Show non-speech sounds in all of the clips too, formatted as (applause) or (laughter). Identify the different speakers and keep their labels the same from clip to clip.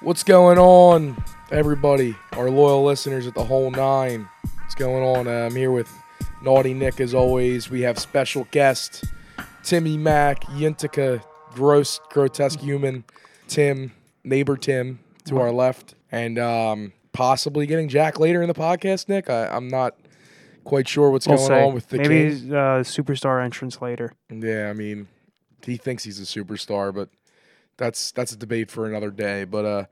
Speaker 1: What's going on, everybody? Our loyal listeners at the whole nine. What's going on? Uh, I'm here with Naughty Nick as always. We have special guest Timmy Mack, Yintica, gross, grotesque human, Tim, neighbor Tim to our left, and um, possibly getting Jack later in the podcast. Nick, I, I'm not quite sure what's
Speaker 2: We'll
Speaker 1: going
Speaker 2: see.
Speaker 1: on with the
Speaker 2: maybe
Speaker 1: Kings.
Speaker 2: uh, superstar entrance later.
Speaker 1: Yeah, I mean, he thinks he's a superstar, but that's that's a debate for another day. But uh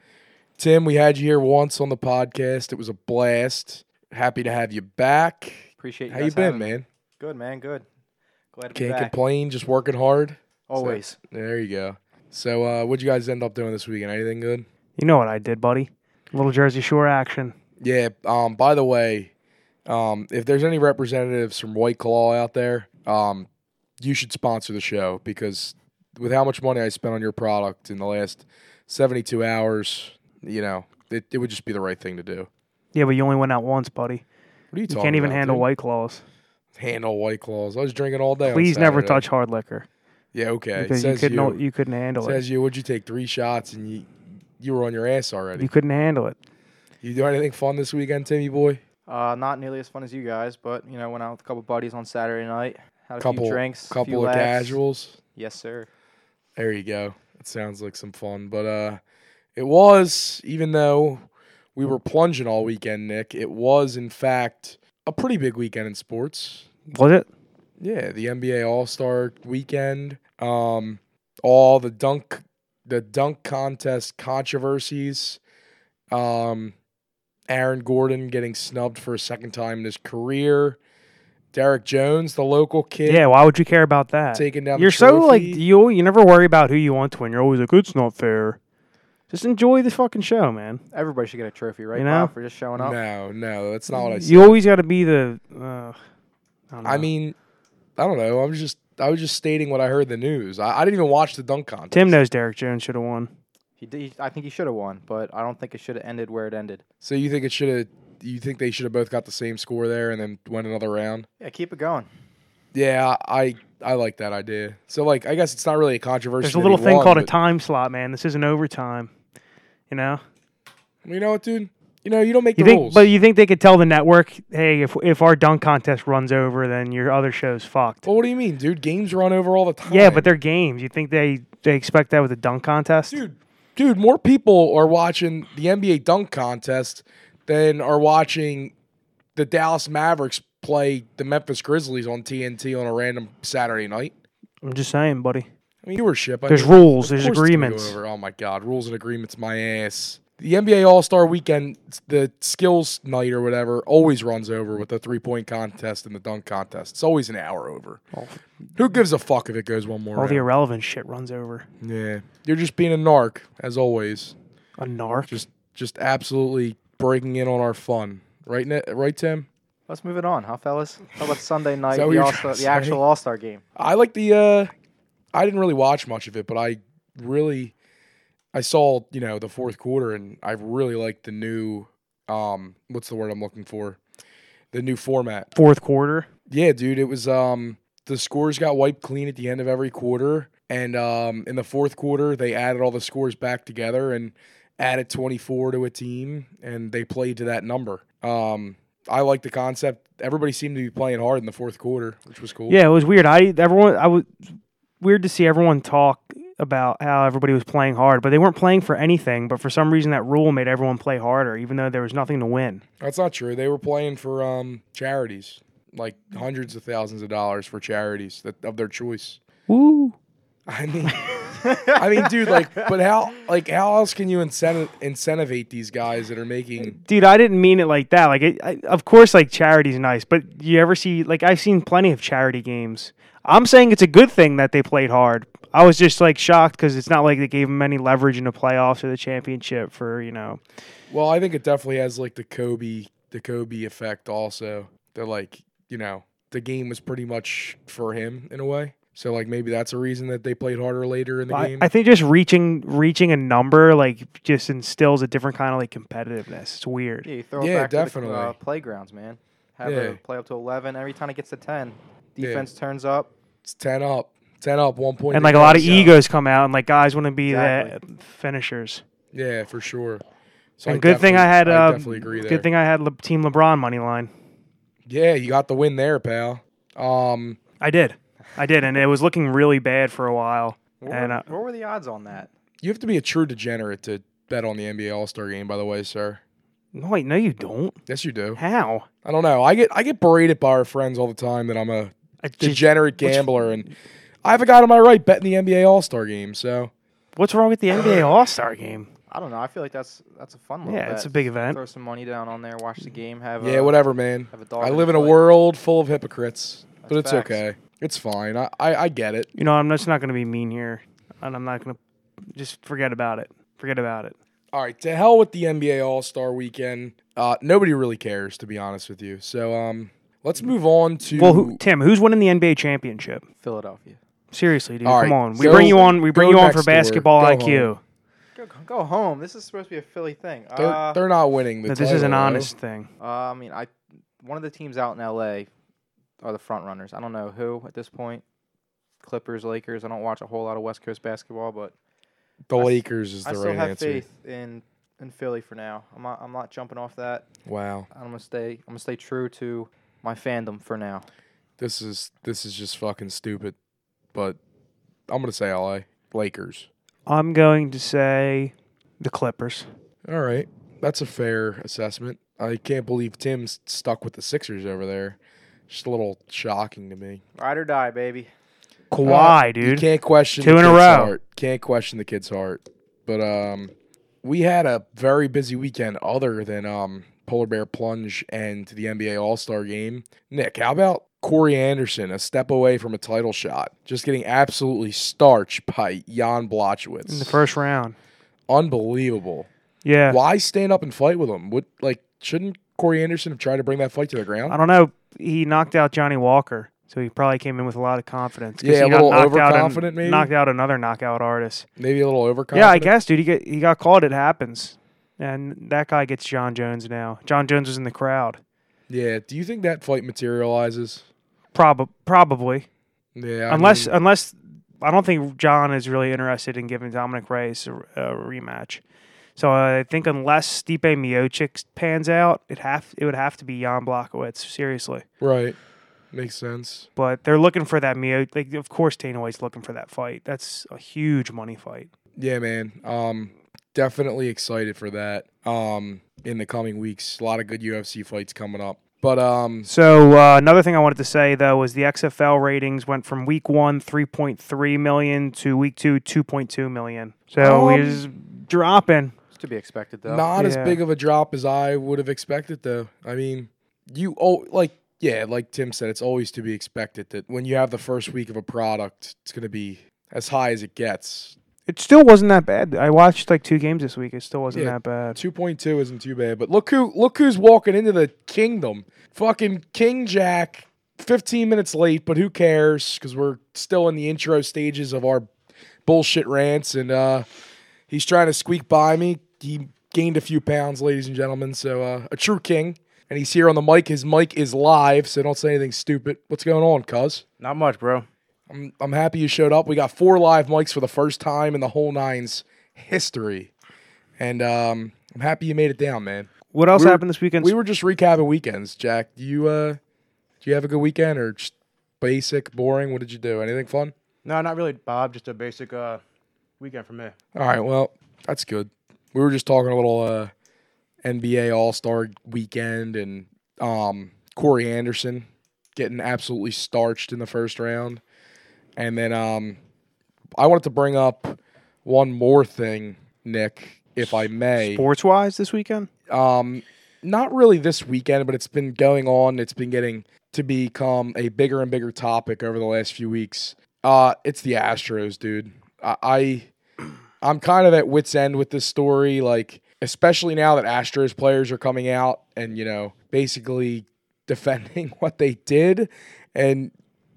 Speaker 1: Tim, we had you here once on the podcast. It was a blast. Happy to have you back.
Speaker 3: Appreciate you.
Speaker 1: How you
Speaker 3: guys
Speaker 1: been,
Speaker 3: having me.
Speaker 1: man?
Speaker 3: Good, man. Good. Glad to be
Speaker 1: Can't
Speaker 3: back.
Speaker 1: complain, just working hard.
Speaker 3: Always.
Speaker 1: There you go. So uh what'd you guys end up doing this weekend? Anything good?
Speaker 2: You know what I did, buddy? Little Jersey Shore action.
Speaker 1: Yeah, um by the way, um if there's any representatives from White Claw out there, um you should sponsor the show because with how much money I spent on your product in the last 72 hours, you know, it, it would just be the right thing to do.
Speaker 2: Yeah, but you only went out once, buddy.
Speaker 1: What are you
Speaker 2: You
Speaker 1: talking
Speaker 2: can't even
Speaker 1: about,
Speaker 2: handle
Speaker 1: dude?
Speaker 2: white claws.
Speaker 1: handle white claws. I was drinking all day. on
Speaker 2: Please never
Speaker 1: Saturday.
Speaker 2: touch hard liquor
Speaker 1: Yeah, okay.
Speaker 2: because you
Speaker 1: says
Speaker 2: couldn't
Speaker 1: you,
Speaker 2: you, couldn't handle it.
Speaker 1: says you. Would you take three shots and you you were on your ass already?
Speaker 2: You couldn't handle it.
Speaker 1: You do anything fun this weekend, Timmy boy?
Speaker 3: Uh, not nearly as fun as you guys, but you know, went out with a couple buddies on Saturday night. Had a
Speaker 1: couple
Speaker 3: few drinks,
Speaker 1: couple
Speaker 3: few
Speaker 1: of
Speaker 3: laughs.
Speaker 1: casuals.
Speaker 3: Yes, sir.
Speaker 1: There you go. It sounds like some fun, but uh, it was even though we were plunging all weekend, Nick. It was in fact a pretty big weekend in sports.
Speaker 2: Was it?
Speaker 1: Yeah, the NBA All Star Weekend, um, all the dunk, the dunk contest controversies, um, Aaron Gordon getting snubbed for a second time in his career, Derek Jones, the local kid,
Speaker 2: Yeah. Why would you care about that?
Speaker 1: taking down.
Speaker 2: You're
Speaker 1: the
Speaker 2: so like
Speaker 1: trophy.
Speaker 2: you. You never worry about who you want to win. You're always like, it's not fair. Just enjoy the fucking show, man.
Speaker 3: Everybody should get a trophy, right?
Speaker 2: You know?
Speaker 3: Bob, for just showing up.
Speaker 1: no, no, that's not what I said.
Speaker 2: You always got to be the. Uh, I, don't
Speaker 1: I
Speaker 2: know.
Speaker 1: mean, I don't know. I was just, I was just stating what I heard in the news. I, I didn't even watch the dunk contest.
Speaker 2: Tim knows Derek Jones should have won.
Speaker 3: He did. I think he should have won, but I don't think it should have ended where it ended.
Speaker 1: So you think it should have? You think they should have both got the same score there and then went another round?
Speaker 3: Yeah, keep it going.
Speaker 1: Yeah, I I like that idea. So like, I guess it's not really a controversy.
Speaker 2: There's a
Speaker 1: that
Speaker 2: little
Speaker 1: he
Speaker 2: thing
Speaker 1: won,
Speaker 2: called a
Speaker 1: but-
Speaker 2: time slot, man. This isn't overtime. You know,
Speaker 1: You know what, dude? You know you don't make
Speaker 2: you
Speaker 1: the
Speaker 2: think,
Speaker 1: rules.
Speaker 2: but you think they could tell the network, hey, if if our dunk contest runs over, then your other show's fucked.
Speaker 1: well, what do you mean, dude? Games run over all the time.
Speaker 2: yeah, but they're games. You think they they expect that with a dunk contest?
Speaker 1: dude, dude. More people are watching the NBA dunk contest than are watching the Dallas Mavericks play the Memphis Grizzlies on TNT on a random Saturday night.
Speaker 2: I'm just saying, buddy.
Speaker 1: I mean, viewership. I
Speaker 2: There's
Speaker 1: mean,
Speaker 2: rules.
Speaker 1: Of
Speaker 2: There's
Speaker 1: course it's gonna
Speaker 2: agreements.
Speaker 1: go over. Oh my God, rules and agreements, my ass. The NBA All Star Weekend, the skills night or whatever, always runs over with the three point contest and the dunk contest. It's always an hour over.
Speaker 2: All,
Speaker 1: Who gives a fuck if it goes one more?
Speaker 2: all the
Speaker 1: round?
Speaker 2: irrelevant shit runs over.
Speaker 1: yeah, you're just being a narc as always.
Speaker 2: A narc.
Speaker 1: Just, just absolutely breaking in on our fun, right? Ni- Right, Tim.
Speaker 3: Let's move it on, huh, fellas? How about Sunday night,
Speaker 1: what
Speaker 3: the,
Speaker 1: you're
Speaker 3: All-Star,
Speaker 1: trying to
Speaker 3: the actual
Speaker 1: say?
Speaker 3: All Star game?
Speaker 1: I like the. uh I didn't really watch much of it, but I really, I saw you know the fourth quarter, and I really liked the new. Um, what's the word I'm looking for? The new format.
Speaker 2: Fourth quarter.
Speaker 1: Yeah, dude, it was. Um, the scores got wiped clean at the end of every quarter, and um, in the fourth quarter they added all the scores back together and added 24 to a team, and they played to that number. Um, I like the concept. Everybody seemed to be playing hard in the fourth quarter, which was cool.
Speaker 2: Yeah, it was weird. I everyone I was weird to see everyone talk about how everybody was playing hard, but they weren't playing for anything. But for some reason, that rule made everyone play harder, even though there was nothing to win.
Speaker 1: That's not true. They were playing for um, charities, like hundreds of thousands of dollars for charities that, of their choice.
Speaker 2: Woo!
Speaker 1: I mean, I mean, dude, like, but how, like, how else can you incentive incentivate these guys that are making?
Speaker 2: Dude, I didn't mean it like that. Like, it, I, of course, like charity's nice, but you ever see like I've seen plenty of charity games. I'm saying it's a good thing that they played hard. I was just like shocked because it's not like they gave them any leverage in the playoffs or the championship for you know.
Speaker 1: Well, I think it definitely has like the Kobe, the Kobe effect. Also, they're like, you know, the game was pretty much for him in a way. So like maybe that's a reason that they played harder later in the
Speaker 2: I,
Speaker 1: game.
Speaker 2: I think just reaching reaching a number like just instills a different kind of like competitiveness. It's weird.
Speaker 3: Yeah, you throw
Speaker 1: Yeah,
Speaker 3: it back to the uh,
Speaker 1: definitely.
Speaker 3: playgrounds, man. Have
Speaker 1: Yeah.
Speaker 3: it play up to 11. Every time it gets to 10,
Speaker 1: Yeah.
Speaker 3: defense turns up.
Speaker 1: it's ten up, ten up, one point,
Speaker 2: and like a lot of
Speaker 1: ego.
Speaker 2: egos come out, and like guys want to be
Speaker 3: Exactly.
Speaker 2: the finishers.
Speaker 1: Yeah, for sure. So
Speaker 2: and good thing I had.
Speaker 1: definitely-
Speaker 2: Uh,
Speaker 1: definitely agree there.
Speaker 2: Good thing I had Le- Team LeBron money line.
Speaker 1: Yeah, you got the win there, pal. Um,
Speaker 2: I did, I did, and it was looking really bad for a while.
Speaker 3: What,
Speaker 2: And,
Speaker 3: were,
Speaker 2: uh,
Speaker 3: what were the odds on that?
Speaker 1: you have to be a true degenerate to bet on the NBA All Star game, by the way, sir.
Speaker 2: No, wait, no, you don't.
Speaker 1: Yes, you do.
Speaker 2: How?
Speaker 1: I don't know. I get I get berated by our friends all the time that I'm a
Speaker 2: I just-
Speaker 1: degenerate gambler, and I have a guy to my right betting the NBA All Star game. So
Speaker 2: what's wrong with the NBA All Star game?
Speaker 3: I don't know. I feel like that's that's a fun little
Speaker 2: Yeah, it's a
Speaker 3: bet.
Speaker 2: big event. Mm.
Speaker 3: Throw some money down on there, watch the game, have
Speaker 1: yeah,
Speaker 3: a,
Speaker 1: whatever, man.
Speaker 3: Uh, have a dog
Speaker 1: I
Speaker 3: in
Speaker 1: live
Speaker 3: the
Speaker 1: in a
Speaker 3: fight.
Speaker 1: world full of hypocrites, but it's
Speaker 3: That's facts.
Speaker 1: okay. It's fine. I, I I get it.
Speaker 2: You know, I'm just not going to be mean here, and I'm not going to just forget about it. Forget about it.
Speaker 1: All right, to hell with the NBA All Star Weekend. Uh, nobody really cares, to be honest with you. So um, let's move on to
Speaker 2: Well, who, Tim, who's winning the NBA championship?
Speaker 3: Philadelphia.
Speaker 2: Seriously, dude,
Speaker 1: All
Speaker 2: come
Speaker 1: right,
Speaker 2: on. We
Speaker 1: go-
Speaker 2: bring you on. We bring
Speaker 1: go
Speaker 2: you on for
Speaker 1: next door. Go
Speaker 2: basketball IQ.
Speaker 3: Go, go home. This is supposed to be a Philly thing.
Speaker 1: they're,
Speaker 3: uh,
Speaker 1: they're not winning. The
Speaker 2: No, this is
Speaker 1: title,
Speaker 2: an
Speaker 1: though.
Speaker 2: honest thing.
Speaker 3: uh, I mean, I one of the teams out in L.A. are the front runners. I don't know who at this point. Clippers, Lakers. I don't watch a whole lot of West Coast basketball, but
Speaker 1: The
Speaker 3: I s-
Speaker 1: Lakers is the
Speaker 3: I still
Speaker 1: right
Speaker 3: have
Speaker 1: answer.
Speaker 3: faith in in Philly for now. I'm not, I'm not jumping off that.
Speaker 1: Wow,
Speaker 3: I'm gonna stay. I'm gonna stay true to my fandom for now.
Speaker 1: this is this is just fucking stupid. But I'm gonna say LA Lakers.
Speaker 2: I'm going to say the Clippers.
Speaker 1: All right, that's a fair assessment. I can't believe Tim's stuck with the Sixers over there. Just a little shocking to me.
Speaker 3: Ride or die, baby.
Speaker 2: Kawhi,
Speaker 1: Uh, You
Speaker 2: dude.
Speaker 1: can't question
Speaker 2: Two
Speaker 1: the
Speaker 2: in a
Speaker 1: kid's
Speaker 2: row.
Speaker 1: Heart. Can't question the kid's heart. But um, we had a very busy weekend other than um, Polar Bear Plunge and the NBA All Star Game. Nick, how about Corey Anderson, a step away from a title shot, just getting absolutely starched by Jan Blachowicz?
Speaker 2: In the first round.
Speaker 1: Unbelievable.
Speaker 2: Yeah.
Speaker 1: Why stand up and fight with him? Would like shouldn't Corey Anderson have tried to bring that fight to the ground?
Speaker 2: I don't know. He knocked out Johnny Walker, so he probably came in with a lot of confidence. 'cause
Speaker 1: Yeah,
Speaker 2: he
Speaker 1: a little
Speaker 2: out and-
Speaker 1: overconfident, maybe?
Speaker 2: Knocked out another knockout artist.
Speaker 1: Maybe a little overconfident.
Speaker 2: Yeah, I guess, dude. He get, he got called. It happens. And that guy gets John Jones now. John Jones was in the crowd.
Speaker 1: Yeah. Do you think that fight materializes?
Speaker 2: Prob- probably.
Speaker 1: Yeah. I
Speaker 2: unless
Speaker 1: mean-
Speaker 2: unless I don't think John is really interested in giving Dominic Reyes a, a rematch. So uh, I think unless Stipe Miocic pans out, it have it would have to be Jan Blachowicz seriously.
Speaker 1: Right. Makes sense.
Speaker 2: But they're looking for that Mio. Like of course Dana White's looking for that fight. That's a huge money fight.
Speaker 1: Yeah, man. Um definitely excited for that. Um in the coming weeks. A lot of good UFC fights coming up. But um
Speaker 2: So uh, another thing I wanted to say though was the XFL ratings went from week one 3.3 million to week two 2.2 million. So
Speaker 1: Um,
Speaker 2: we just dropping.
Speaker 3: It's to be expected though.
Speaker 1: not as
Speaker 2: Yeah.
Speaker 1: big of a drop as I would have expected though. I mean, you oh like yeah, like Tim said, it's always to be expected that when you have the first week of a product, it's gonna be as high as it gets.
Speaker 2: It still wasn't that bad. I watched like two games this week. It still wasn't
Speaker 1: Yeah.
Speaker 2: that bad.
Speaker 1: Two point two isn't too bad, but look who look who's walking into the kingdom. Fucking King Jack, fifteen minutes late, but who cares? Because we're still in the intro stages of our bullshit rants, and uh, he's trying to squeak by me. He gained a few pounds, ladies and gentlemen. So uh, a true king, and he's here on the mic. His mic is live, so don't say anything stupid. What's going on, Cuz?
Speaker 4: Not much, bro.
Speaker 1: I'm I'm happy you showed up. We got four live mics for the first time in the whole nine's history, and um, I'm happy you made it down, man.
Speaker 2: What else
Speaker 1: We were-
Speaker 2: happened this weekend?
Speaker 1: We were just recapping weekends, Jack. Do you uh, do you have a good weekend or just basic, boring? What did you do? Anything fun?
Speaker 4: No, not really, Bob. Just a basic uh, weekend for me.
Speaker 1: All right, well, that's good. We were just talking a little uh, NBA All Star Weekend and um, Corey Anderson getting absolutely starched in the first round, and then um, I wanted to bring up one more thing, Nick, if I may.
Speaker 2: sports wise this weekend.
Speaker 1: um, not really this weekend, but it's been going on. It's been getting to become a bigger and bigger topic over the last few weeks. Uh, it's the Astros, dude. I, I (clears throat) I'm kind of at wit's end with this story, like especially now that Astros players are coming out and you know basically (laughs) defending (laughs) what they did and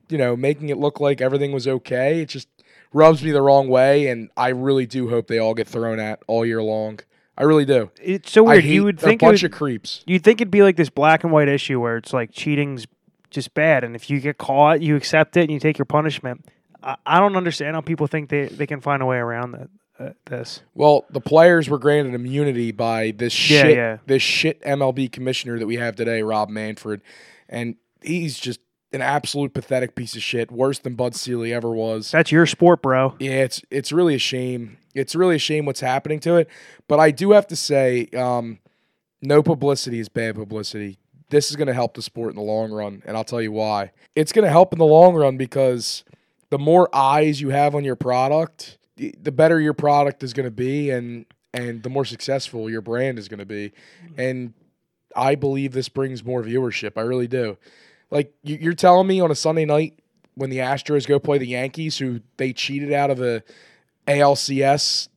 Speaker 1: you know making it look like everything was okay. It just rubs me the wrong way, and I really do hope they all get thrown at all year long. I really do.
Speaker 2: It's so
Speaker 1: I
Speaker 2: weird.
Speaker 1: hate
Speaker 2: Oh, You would
Speaker 1: they're
Speaker 2: think
Speaker 1: a
Speaker 2: it
Speaker 1: bunch
Speaker 2: would,
Speaker 1: of creeps.
Speaker 2: you'd think it'd be like this black and white issue where it's like cheating's just bad, and if you get caught, you accept it and you take your punishment. I, I don't understand how people think they, they can find a way around that. uh, this.
Speaker 1: Well, the players were granted immunity by this
Speaker 2: Yeah,
Speaker 1: shit,
Speaker 2: yeah.
Speaker 1: this shit MLB commissioner that we have today, Rob Manfred, and he's just an absolute pathetic piece of shit, worse than Bud Seeley ever was.
Speaker 2: That's your sport, bro.
Speaker 1: Yeah, it's it's really a shame. It's really a shame what's happening to it. But I do have to say, um, no publicity is bad publicity. This is going to help the sport in the long run, and I'll tell you why. It's going to help in the long run because the more eyes you have on your product, the the better your product is going to be, and and the more successful your brand is going to be. And I believe this brings more viewership. I really do. Like you- you're telling me on a Sunday night when the Astros go play the Yankees, who they cheated out of a ALCS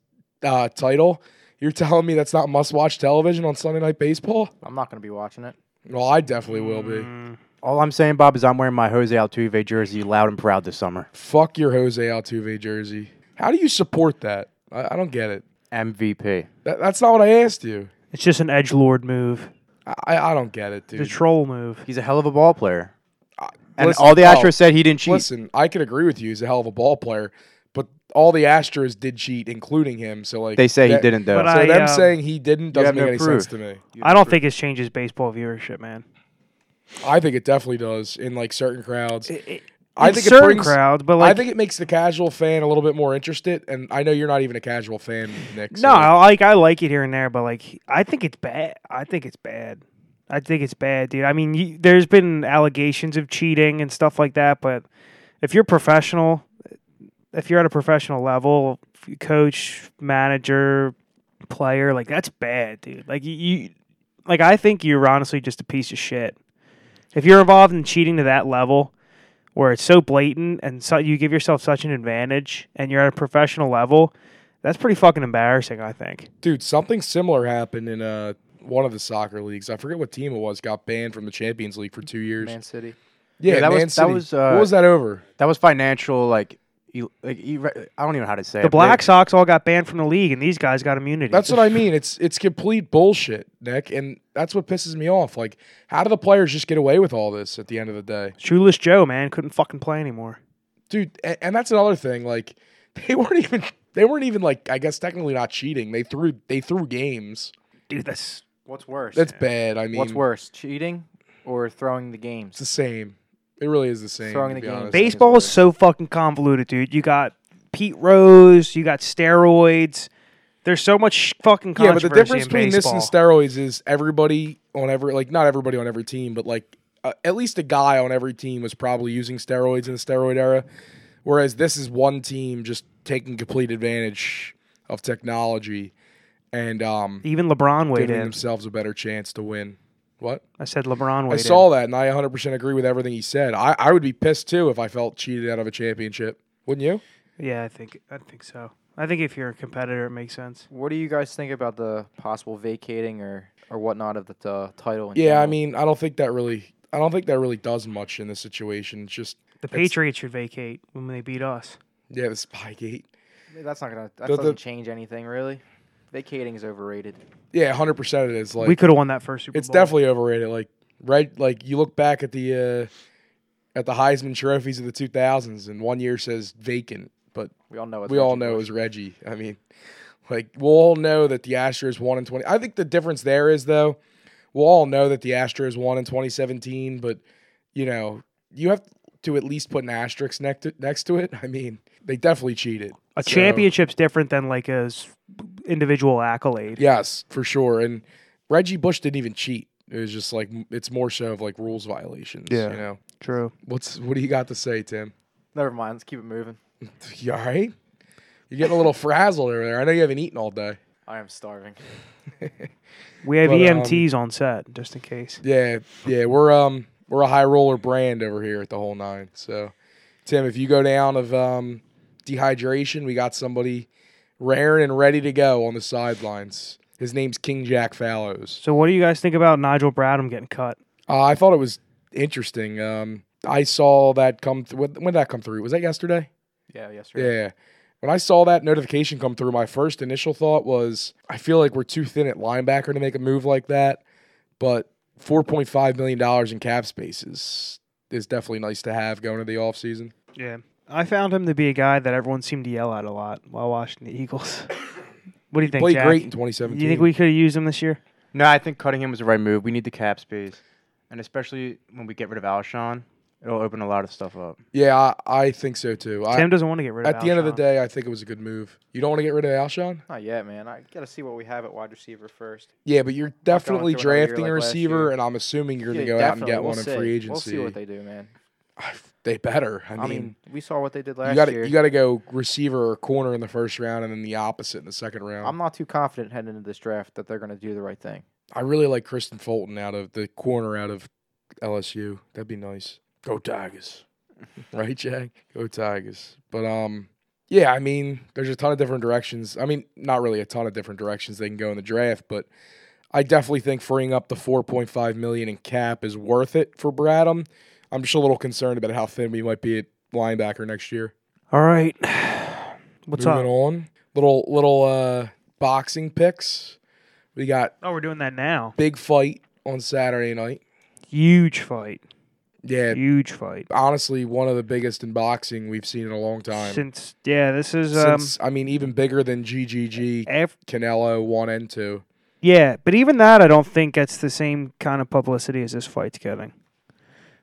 Speaker 1: uh, title. You're telling me that's not must-watch television on Sunday Night Baseball?
Speaker 3: I'm not going to be watching it.
Speaker 1: Well, I definitely will be.
Speaker 4: All I'm saying, Bob, is I'm wearing my Jose Altuve jersey loud and proud this summer.
Speaker 1: Fuck your Jose Altuve jersey. How do you support that? I, I don't get it.
Speaker 4: MVP.
Speaker 1: That, that's not what I asked you.
Speaker 2: It's just an edge lord move,
Speaker 1: I- I, I don't get it, dude.
Speaker 2: the troll move.
Speaker 4: He's a hell of a ball player. And
Speaker 1: listen-
Speaker 4: all the Astros
Speaker 1: oh,
Speaker 4: said he didn't cheat.
Speaker 1: Listen, I could agree with you. He's a hell of a ball player, but all the Astros did cheat, including him. So like
Speaker 4: they say
Speaker 1: that-
Speaker 4: he didn't though.
Speaker 2: But
Speaker 1: So
Speaker 2: I,
Speaker 1: them
Speaker 2: um,
Speaker 1: saying he didn't
Speaker 4: have
Speaker 1: doesn't make
Speaker 4: no
Speaker 1: any
Speaker 4: proof.
Speaker 1: sense to me.
Speaker 2: I don't think it changes baseball viewership, man.
Speaker 1: I think it definitely does in like certain crowds.
Speaker 2: In certain crowds, but
Speaker 1: I
Speaker 2: like
Speaker 1: think it makes the casual fan a little bit more interested. And I know you're not even a casual fan, Nick. so-
Speaker 2: No, I like I like it here and there, but like I think it's bad. I think it's bad. I think it's bad, dude. I mean, you, there's been allegations of cheating and stuff like that, but if you're professional, if you're at a professional level, f- coach, manager, player, like that's bad, dude. Like you, you like I think you're honestly just a piece of shit. If you're involved in cheating to that level, where it's so blatant and so you give yourself such an advantage, and you're at a professional level, that's pretty fucking embarrassing, I think.
Speaker 1: dude, something similar happened in uh, one of the soccer leagues. I forget what team it was. Got banned from the Champions League for two years.
Speaker 3: Man City.
Speaker 1: Yeah,
Speaker 4: Yeah, that was-
Speaker 1: Man
Speaker 4: that
Speaker 1: City.
Speaker 4: was, uh,
Speaker 1: what was that over?
Speaker 4: that was financial, like, you, like you, I don't even know how to say it.
Speaker 2: The
Speaker 4: but they-
Speaker 2: Black Sox all got banned from the league, and these guys got immunity.
Speaker 1: That's what I mean. It's it's complete bullshit, Nick, and that's what pisses me off. Like, how do the players just get away with all this at the end of the day?
Speaker 2: Shoeless Joe, man, couldn't fucking play anymore.
Speaker 1: dude and, and that's another thing like (laughs) they weren't even they weren't even like i guess technically not cheating they threw they threw games
Speaker 2: Dude, that's
Speaker 3: What's worse?
Speaker 1: that's bad i mean
Speaker 3: What's worse, cheating or throwing the games?
Speaker 1: it's the same it really is the same to
Speaker 3: Throwing the
Speaker 1: be
Speaker 3: game.
Speaker 1: honest.
Speaker 3: Base-
Speaker 2: baseball is so fucking convoluted, dude. You got Pete Rose, you got steroids. There's so much sh- fucking
Speaker 1: yeah but
Speaker 2: controversy
Speaker 1: the difference
Speaker 2: in
Speaker 1: between this
Speaker 2: baseball.
Speaker 1: and steroids is everybody on every like not everybody on every team but like uh, at least a guy on every team was probably using steroids in the steroid era whereas this is one team just taking complete advantage of technology and um
Speaker 2: Even LeBron weighed
Speaker 1: giving
Speaker 2: in.
Speaker 1: themselves a better chance to win what
Speaker 2: I said
Speaker 1: I
Speaker 2: LeBron weighed in.
Speaker 1: saw that, and I 100% agree with everything he said. I, I would be pissed too if I felt cheated out of a championship. Wouldn't you?
Speaker 2: Yeah, I think I think so. I think if you're a competitor, it makes sense.
Speaker 3: What do you guys think about the possible vacating or, or whatnot of the uh, title? in
Speaker 1: Yeah, I
Speaker 3: general?
Speaker 1: mean, I don't think that really, I don't think that really does much in this situation. It's just,
Speaker 2: The
Speaker 1: It's-
Speaker 2: Patriots should vacate when they beat us.
Speaker 1: yeah, the Spygate.
Speaker 3: that's not gonna that
Speaker 1: The- the-
Speaker 3: doesn't change anything really. Vacating is overrated.
Speaker 1: Yeah, 100% it is. Like,
Speaker 2: we could have won that first Super
Speaker 1: it's
Speaker 2: Bowl.
Speaker 1: definitely overrated. Like, right, like you look back at the, uh, at the Heisman trophies of the 2000s, and one year says vacant, but
Speaker 3: We all know it's
Speaker 1: we all
Speaker 3: Reggie
Speaker 1: know it
Speaker 3: Bush.
Speaker 1: was Reggie. I mean, like we'll all know that the Astros won in twenty. I think the difference there is though, we'll all know that the Astros won in twenty seventeen, but you know you have to at least put an asterisk next to, next to it. I mean, they definitely cheated.
Speaker 2: A
Speaker 1: So,
Speaker 2: championship's different than like a s- individual accolade.
Speaker 1: yes, for sure. And Reggie Bush didn't even cheat. It was just like it's more so of like rules violations.
Speaker 2: Yeah.
Speaker 1: you know
Speaker 2: True.
Speaker 1: what's what do you got to say, Tim? (laughs)
Speaker 3: Never mind. Let's keep it moving.
Speaker 1: You all right? You're getting a little frazzled over there. I know you haven't eaten all day.
Speaker 3: I am starving.
Speaker 2: We have
Speaker 1: But, um,
Speaker 2: EMTs on set just in case.
Speaker 1: Yeah, yeah, we're um we're a high roller brand over here at the whole nine. So, Tim, if you go down of um dehydration, we got somebody raring and ready to go on the sidelines. His name's King Jack Fallows.
Speaker 2: So what do you guys think about Nigel Bradham getting cut?
Speaker 1: Uh, I thought it was interesting. Um, I saw that come th- when, when did that come through? Was that yesterday?
Speaker 3: Yeah, yesterday.
Speaker 1: Yeah. When I saw that notification come through, my first initial thought was, I feel like we're too thin at linebacker to make a move like that. But $4.5 million in cap space is, is definitely nice to have going into the offseason.
Speaker 2: Yeah. I found him to be a guy that everyone seemed to yell at a lot while watching the (coughs) Eagles. what do you think,
Speaker 1: Played
Speaker 2: Jack?
Speaker 1: great in
Speaker 2: Do
Speaker 1: 2017.
Speaker 2: you think we could have used him this year?
Speaker 4: No, I think cutting him was the right move. We need the cap space, and especially when we get rid of Alshon, it'll open a lot of stuff up.
Speaker 1: yeah, I, I think so too. I,
Speaker 2: Tim doesn't want to get rid of.
Speaker 1: at the end of the
Speaker 2: Alshon.
Speaker 1: day, I think it was a good move. You don't want to get rid of Alshon?
Speaker 3: Not yet, man. I got to see what we have at wide receiver first.
Speaker 1: Yeah, but you're definitely
Speaker 3: through another year
Speaker 1: drafting a
Speaker 3: like last
Speaker 1: receiver,
Speaker 3: year.
Speaker 1: and I'm assuming you're going to
Speaker 3: Yeah,
Speaker 1: go out and
Speaker 3: definitely.
Speaker 1: get
Speaker 3: We'll
Speaker 1: one
Speaker 3: see.
Speaker 1: in free agency.
Speaker 3: We'll see what they do, man.
Speaker 1: they better. I
Speaker 3: I
Speaker 1: mean,
Speaker 3: mean, we saw what they did last
Speaker 1: you got to
Speaker 3: year.
Speaker 1: you got to go receiver or corner in the first round, and then the opposite in the second round.
Speaker 3: I'm not too confident heading into this draft that they're going to do the right thing.
Speaker 1: I really like Kristen Fulton out of the corner out of LSU. That'd be nice. Go
Speaker 3: (laughs)
Speaker 1: Tigers. right, Jack? Go Tigers. But um yeah, I mean, there's a ton of different directions. I mean, not really a ton of different directions they can go in the draft, but I definitely think freeing up the 4.5 million in cap is worth it for Bradham. I'm just a little concerned about how thin we might be at linebacker next year.
Speaker 2: All right. (sighs) What's
Speaker 1: Moving
Speaker 2: up?
Speaker 1: on. Little little uh boxing picks. We got
Speaker 2: Oh, we're doing that now.
Speaker 1: big fight on Saturday night.
Speaker 2: Huge fight.
Speaker 1: Yeah,
Speaker 2: Huge fight.
Speaker 1: honestly one of the biggest in boxing we've seen in a long time. Since,
Speaker 2: Since yeah, this is um
Speaker 1: I mean, even bigger than GGG
Speaker 2: af-
Speaker 1: Canelo one and two.
Speaker 2: yeah, but even that I don't think gets the same kind of publicity as this fight's getting.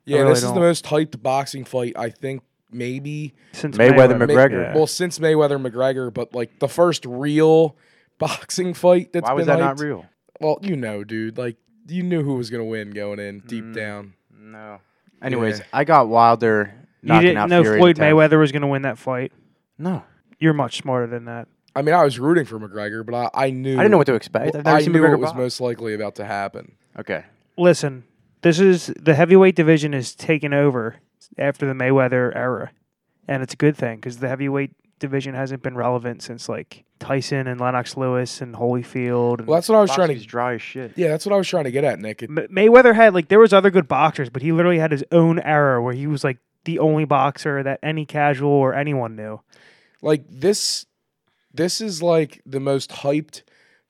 Speaker 1: Yeah,
Speaker 2: really
Speaker 1: this is
Speaker 2: don't.
Speaker 1: the most hyped boxing fight I think maybe.
Speaker 2: Since
Speaker 4: Mayweather
Speaker 1: May-
Speaker 4: McGregor.
Speaker 1: Well, since Mayweather McGregor, but like the first real (laughs) boxing fight that's
Speaker 4: Why was
Speaker 1: been
Speaker 4: that not
Speaker 1: hyped.
Speaker 4: real?
Speaker 1: Well, you know, dude, like you knew who was gonna win going in deep
Speaker 4: Mm.
Speaker 1: down.
Speaker 4: No. Anyways,
Speaker 1: Yeah.
Speaker 4: I got Wilder
Speaker 2: you
Speaker 4: knocking
Speaker 2: didn't
Speaker 4: out
Speaker 2: know
Speaker 4: Fury in
Speaker 2: Floyd
Speaker 4: the tenth.
Speaker 2: Mayweather was going to win that fight.
Speaker 4: No,
Speaker 2: You're much smarter than that.
Speaker 1: I mean, I was rooting for McGregor, but I, I knew
Speaker 4: I didn't know what to expect. I've never
Speaker 1: I
Speaker 4: seen
Speaker 1: knew
Speaker 4: McGregor
Speaker 1: what was
Speaker 4: box. Mm,
Speaker 1: most likely about to happen.
Speaker 4: Okay.
Speaker 2: Listen, this is the heavyweight division is taken over after the Mayweather era, and it's a good thing because the heavyweight division hasn't been relevant since like Tyson and Lennox Lewis and Holyfield. And
Speaker 1: Well, that's what I was trying
Speaker 4: Boxing's
Speaker 1: to.
Speaker 4: dry as shit.
Speaker 1: Yeah, that's what I was trying to get at, Nick. It-
Speaker 2: M- Mayweather had like there was other good boxers, but he literally had his own era where he was like the only boxer that any casual or anyone knew.
Speaker 1: like this this is like the most hyped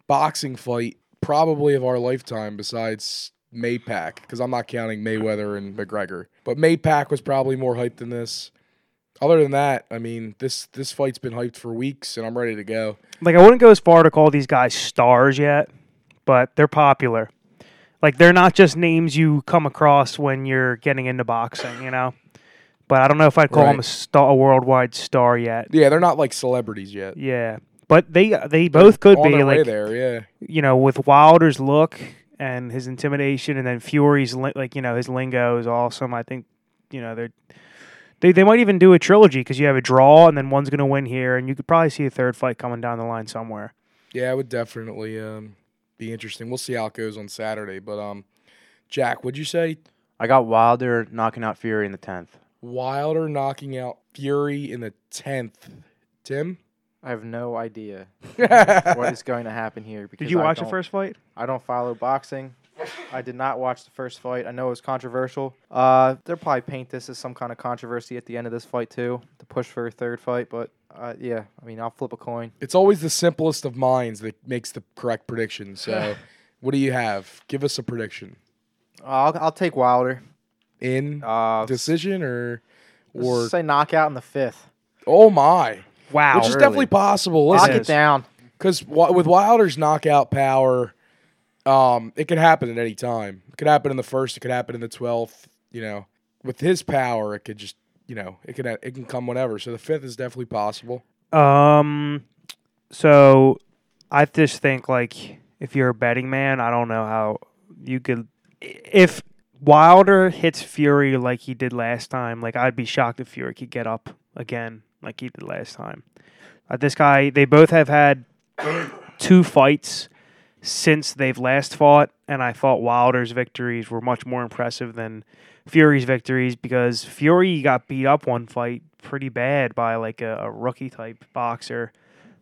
Speaker 1: boxing fight probably of our lifetime besides Maypac because I'm not counting Mayweather and McGregor. But Maypac was probably more hyped than this. Other than that, I mean, this this fight's been hyped for weeks and I'm ready to go.
Speaker 2: Like I wouldn't go as far to call these guys stars yet, but they're popular. Like they're not just names you come across when you're getting into boxing, you know. But I don't know if I'd call them a
Speaker 1: Right.
Speaker 2: star, a worldwide star yet.
Speaker 1: Yeah, they're not like celebrities yet.
Speaker 2: Yeah, but they they both could
Speaker 1: On
Speaker 2: be
Speaker 1: their way
Speaker 2: like
Speaker 1: there, yeah.
Speaker 2: you know, with Wilder's look and his intimidation, and then Fury's li- like you know his lingo is awesome. I think you know they're. They, they might even do a trilogy because you have a draw and then one's going to win here and you could probably see a third fight coming down the line somewhere.
Speaker 1: Yeah, it would definitely um, be interesting. We'll see how it goes on Saturday. But um Jack, would you say
Speaker 4: I got Wilder knocking out Fury in the tenth.
Speaker 1: Wilder knocking out Fury in the tenth? Tim?
Speaker 3: I have no idea what
Speaker 1: what
Speaker 3: is going to happen here. Because
Speaker 2: Did you
Speaker 3: I
Speaker 2: watch the
Speaker 3: don't-
Speaker 2: first fight?
Speaker 3: I don't follow boxing. I did not watch the first fight. I know it was controversial. Uh, they'll probably paint this as some kind of controversy at the end of this fight too, to push for a third fight. But uh, yeah, I mean, I'll flip a coin.
Speaker 1: (laughs) It's always the simplest of minds that makes the correct prediction. So, what do you have? Give us a prediction
Speaker 3: I'll, I'll take Wilder.
Speaker 1: in
Speaker 3: Uh,
Speaker 1: decision or
Speaker 3: let's
Speaker 1: or
Speaker 3: say knockout in the fifth.
Speaker 1: oh my,
Speaker 2: Wow.
Speaker 1: which is
Speaker 4: early.
Speaker 1: definitely possible.
Speaker 3: Lock
Speaker 1: Listen,
Speaker 3: it down.
Speaker 1: because with Wilder's knockout power, um, it could happen at any time. It could happen in the first. It could happen in the twelfth. You know, with his power, it could just you know it can it can come whenever. So the fifth is definitely possible.
Speaker 2: Um, so I just think like if you're a betting man, I don't know how you could if Wilder hits Fury like he did last time. Like I'd be shocked if Fury could get up again like he did last time. Uh, this guy, they both have had two fights since they've last fought, and I thought Wilder's victories were much more impressive than Fury's victories because Fury got beat up one fight pretty bad by like a, a rookie type boxer,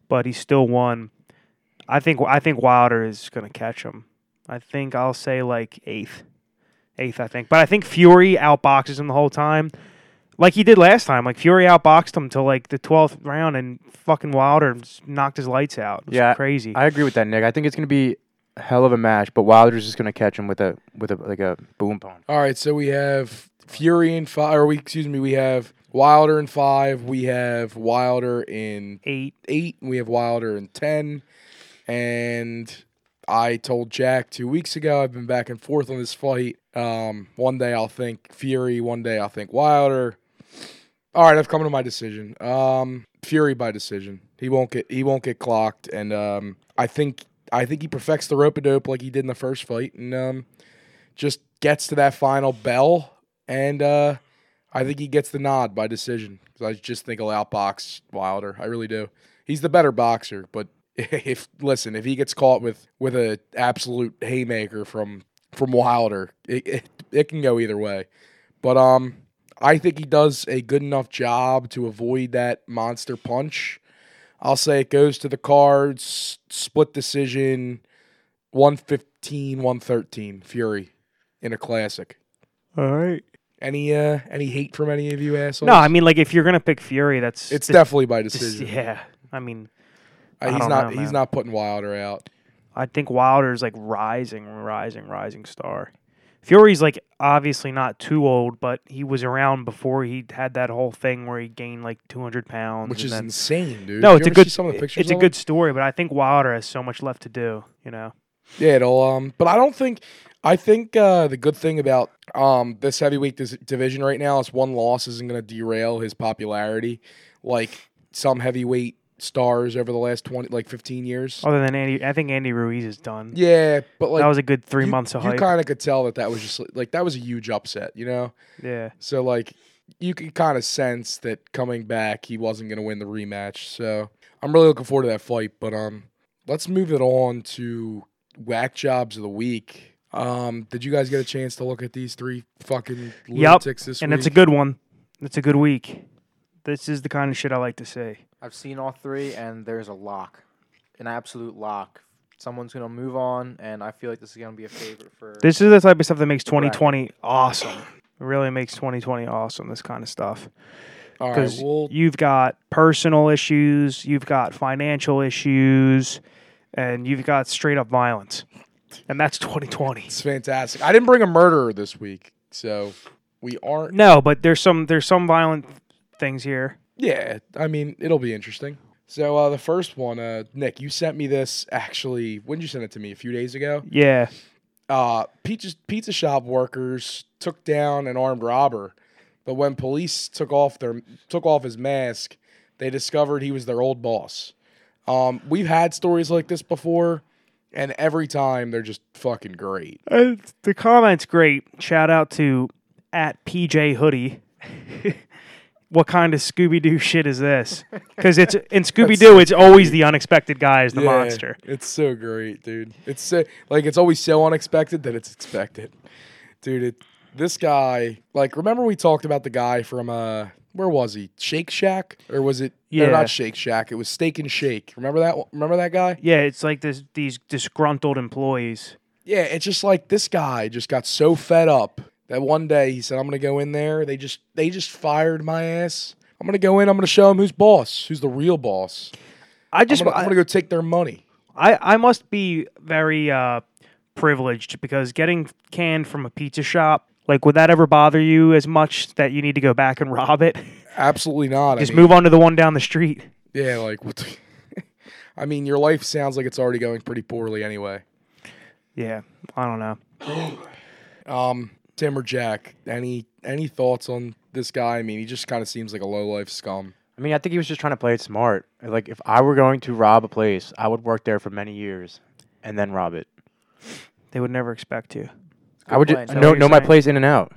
Speaker 2: but he still won. I think I think Wilder is gonna catch him. I think I'll say like eighth, eighth. I think, but I think Fury outboxes him the whole time, like he did last time. Like Fury outboxed him till like the twelfth round, and fucking Wilder just knocked his lights out. It was
Speaker 4: Yeah,
Speaker 2: crazy.
Speaker 4: I agree with that, Nick. I think it's gonna be a hell of a match, but Wilder's just gonna catch him with a with a like a boom punch.
Speaker 1: All right, so we have Fury and five, or we excuse me, we have Wilder in five. We have Wilder in
Speaker 2: Eight.
Speaker 1: eight. We have Wilder in ten. And I told Jack two weeks ago I've been back and forth on this fight. Um, one day I'll think Fury, one day I'll think Wilder. All right, I've come to my decision. Um, Fury by decision. He won't get he won't get clocked, and um, I think I think he perfects the rope a dope like he did in the first fight, and um, just gets to that final bell, and uh, I think he gets the nod by decision. 'Cause I just think he'll outbox Wilder. I really do. He's the better boxer, but (laughs) if listen, if he gets caught with with a absolute haymaker from from Wilder, it, it, it can go either way. But um, I think he does a good enough job to avoid that monster punch. I'll say it goes to the cards, split decision, 115, 113, Fury in a classic.
Speaker 2: All right.
Speaker 1: Any uh any hate from any of you assholes?
Speaker 2: No, I mean like if you're gonna pick Fury, that's
Speaker 1: it's
Speaker 2: that's-
Speaker 1: definitely
Speaker 2: (laughs)
Speaker 1: by
Speaker 2: just-
Speaker 1: decision.
Speaker 2: yeah. I mean,
Speaker 1: Uh,
Speaker 2: I
Speaker 1: he's
Speaker 2: don't
Speaker 1: not
Speaker 2: know,
Speaker 1: he's
Speaker 2: man.
Speaker 1: not putting Wilder out.
Speaker 2: I think Wilder's like rising, rising, rising star. Fury's like obviously not too old, but he was around before he had that whole thing where he gained like 200 pounds,
Speaker 1: Which
Speaker 2: and
Speaker 1: is
Speaker 2: then-
Speaker 1: insane, dude.
Speaker 2: no,
Speaker 1: You
Speaker 2: it's a
Speaker 1: ever see
Speaker 2: good,
Speaker 1: some of the
Speaker 2: it-
Speaker 1: pictures
Speaker 2: it's a
Speaker 1: of him?
Speaker 2: good story, but I think Wilder has so much left to do. You know,
Speaker 1: Yeah, it'll. Um, but I don't think. I think uh, the good thing about um, this heavyweight dis- division right now is one loss isn't going to derail his popularity, like some heavyweight stars over the last twenty, like fifteen years.
Speaker 2: other than Andy, I think Andy Ruiz is done.
Speaker 1: Yeah, but like
Speaker 2: Oh. that was a good three
Speaker 1: you-
Speaker 2: months of
Speaker 1: you
Speaker 2: hype.
Speaker 1: kind of could tell that that was just like that was a huge upset, you know.
Speaker 2: yeah,
Speaker 1: So like you could kind of sense that coming back he wasn't going to win the rematch. So I'm really looking forward to that fight, but um let's move it on to whack jobs of the week. Um did you guys get a chance to look at these three fucking lunatics this
Speaker 2: and
Speaker 1: week?
Speaker 2: it's a good one. It's a good week. This is the kind of shit I like to say.
Speaker 3: I've seen all three, and there's a lock, an absolute lock. Someone's gonna move on, and I feel like this is gonna be a favorite for.
Speaker 2: This is the type of stuff that makes 2020 awesome. It really makes 2020 awesome. This kind of stuff.
Speaker 1: All right,
Speaker 2: because
Speaker 1: well
Speaker 2: you've got personal issues, you've got financial issues, and you've got straight up violence, and that's 2020.
Speaker 1: it's fantastic. I didn't bring a murderer this week, so we aren't
Speaker 2: No, but there's some there's some violent things here.
Speaker 1: Yeah, I mean, it'll be interesting. So uh, the first one, uh, Nick, you sent me this actually. When did you send it to me? A few days ago.
Speaker 2: Yeah,
Speaker 1: uh, pizza, pizza shop workers took down an armed robber, but when police took off their took off his mask, they discovered he was their old boss. Um, we've had stories like this before, and every time they're just fucking great.
Speaker 2: Uh, the comments great. Shout out to at PJ Hoodie. (laughs) what kind of Scooby Doo shit is this? Because it's
Speaker 1: (laughs)
Speaker 2: in Scooby Doo, it's always the unexpected guy is the
Speaker 1: Yeah,
Speaker 2: monster.
Speaker 1: It's so great, dude. It's so, like it's always so unexpected that it's expected, dude. It, this guy, like, remember we talked about the guy from uh, where was he? Shake Shack, or was it? no,
Speaker 2: Yeah.
Speaker 1: not Shake Shack. It was Steak and Shake. Remember that? one- Remember that guy?
Speaker 2: Yeah, it's like this these disgruntled employees.
Speaker 1: Yeah, it's just like this guy just got so fed up that one day he said, "I'm gonna go in there." They just they just fired my ass. I'm gonna go in. I'm gonna show them who's boss, who's the real boss.
Speaker 2: I
Speaker 1: I'm
Speaker 2: just
Speaker 1: gonna, I'm gonna go take their money.
Speaker 2: I, I must be very uh, privileged because getting canned from a pizza shop, like, would that ever bother you as much that you need to go back and (laughs) rob it?
Speaker 1: Absolutely not.
Speaker 2: Just
Speaker 1: I mean,
Speaker 2: move on to the one down the street.
Speaker 1: Yeah, like what? The, (laughs) I mean, your life sounds like it's already going pretty poorly anyway.
Speaker 2: Yeah, I don't know.
Speaker 1: Um, Tim or Jack, any any thoughts on this guy? I mean, he just kind of seems like a low life scum.
Speaker 4: I mean, I think he was just trying to play it smart. Like, if I were going to rob a place, I would work there for many years and then rob it.
Speaker 2: They would never expect you.
Speaker 4: I would
Speaker 3: plan.
Speaker 4: just
Speaker 3: So
Speaker 4: know,
Speaker 2: what
Speaker 4: know
Speaker 2: you're
Speaker 4: my
Speaker 2: saying-
Speaker 4: place in and out.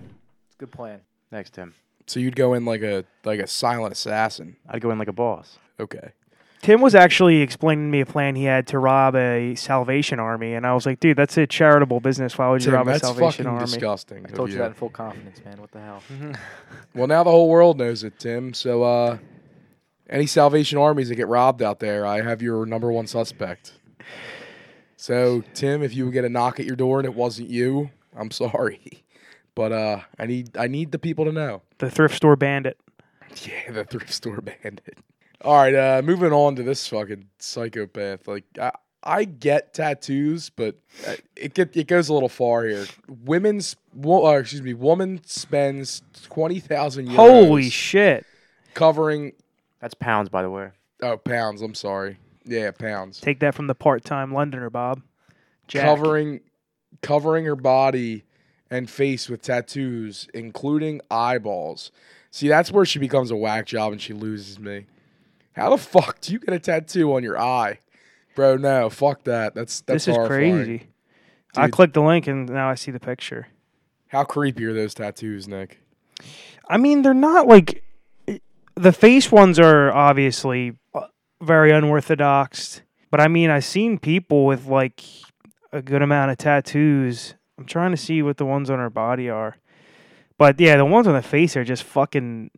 Speaker 3: good plan.
Speaker 4: Next Tim,
Speaker 1: So you'd go in like a like a silent assassin.
Speaker 4: I'd go in like a boss.
Speaker 1: Okay.
Speaker 2: Tim was actually explaining to me a plan he had to rob a Salvation Army, and I was like, dude, that's a charitable business. Why would you
Speaker 1: Tim,
Speaker 2: rob a
Speaker 1: that's
Speaker 2: Salvation
Speaker 1: fucking
Speaker 2: Army?
Speaker 1: disgusting.
Speaker 3: I
Speaker 1: of
Speaker 3: told you
Speaker 1: you.
Speaker 3: that in full confidence, man. What
Speaker 2: (laughs)
Speaker 3: the hell?
Speaker 1: Well, now the whole world knows it, Tim. So, uh, any Salvation Armies that get robbed out there, I have your number one suspect. So, Tim, if you get a knock at your door and it wasn't you, I'm sorry, (laughs) but uh, I need I need the people to know. (laughs)
Speaker 2: The thrift store bandit.
Speaker 1: Yeah, the thrift store bandit. All right, uh, moving on to this fucking psychopath. Like, I, I get tattoos, but uh, it get, it goes a little far here. Women's, wo- uh, excuse me, woman spends twenty thousand euros
Speaker 2: Holy shit!
Speaker 1: covering
Speaker 4: That's pounds, by the way.
Speaker 1: oh pounds. I'm sorry, yeah pounds
Speaker 2: Take that from the part-time Londoner, Bob. Jack.
Speaker 1: covering covering her body and face with tattoos, including eyeballs. See, that's where she becomes a whack job and she loses me. How the fuck do you get a tattoo on your eye, bro? No, fuck that. That's that's
Speaker 2: this is
Speaker 1: horrifying.
Speaker 2: crazy. I
Speaker 1: Dude.
Speaker 2: clicked the link and now I see the picture.
Speaker 1: How creepy are those tattoos, Nick?
Speaker 2: I mean, they're not like the face ones are obviously uh, very unorthodox, but I mean, I've seen people with like a good amount of tattoos. I'm trying to see what the ones on her body are, but yeah, the ones on the face are just fucking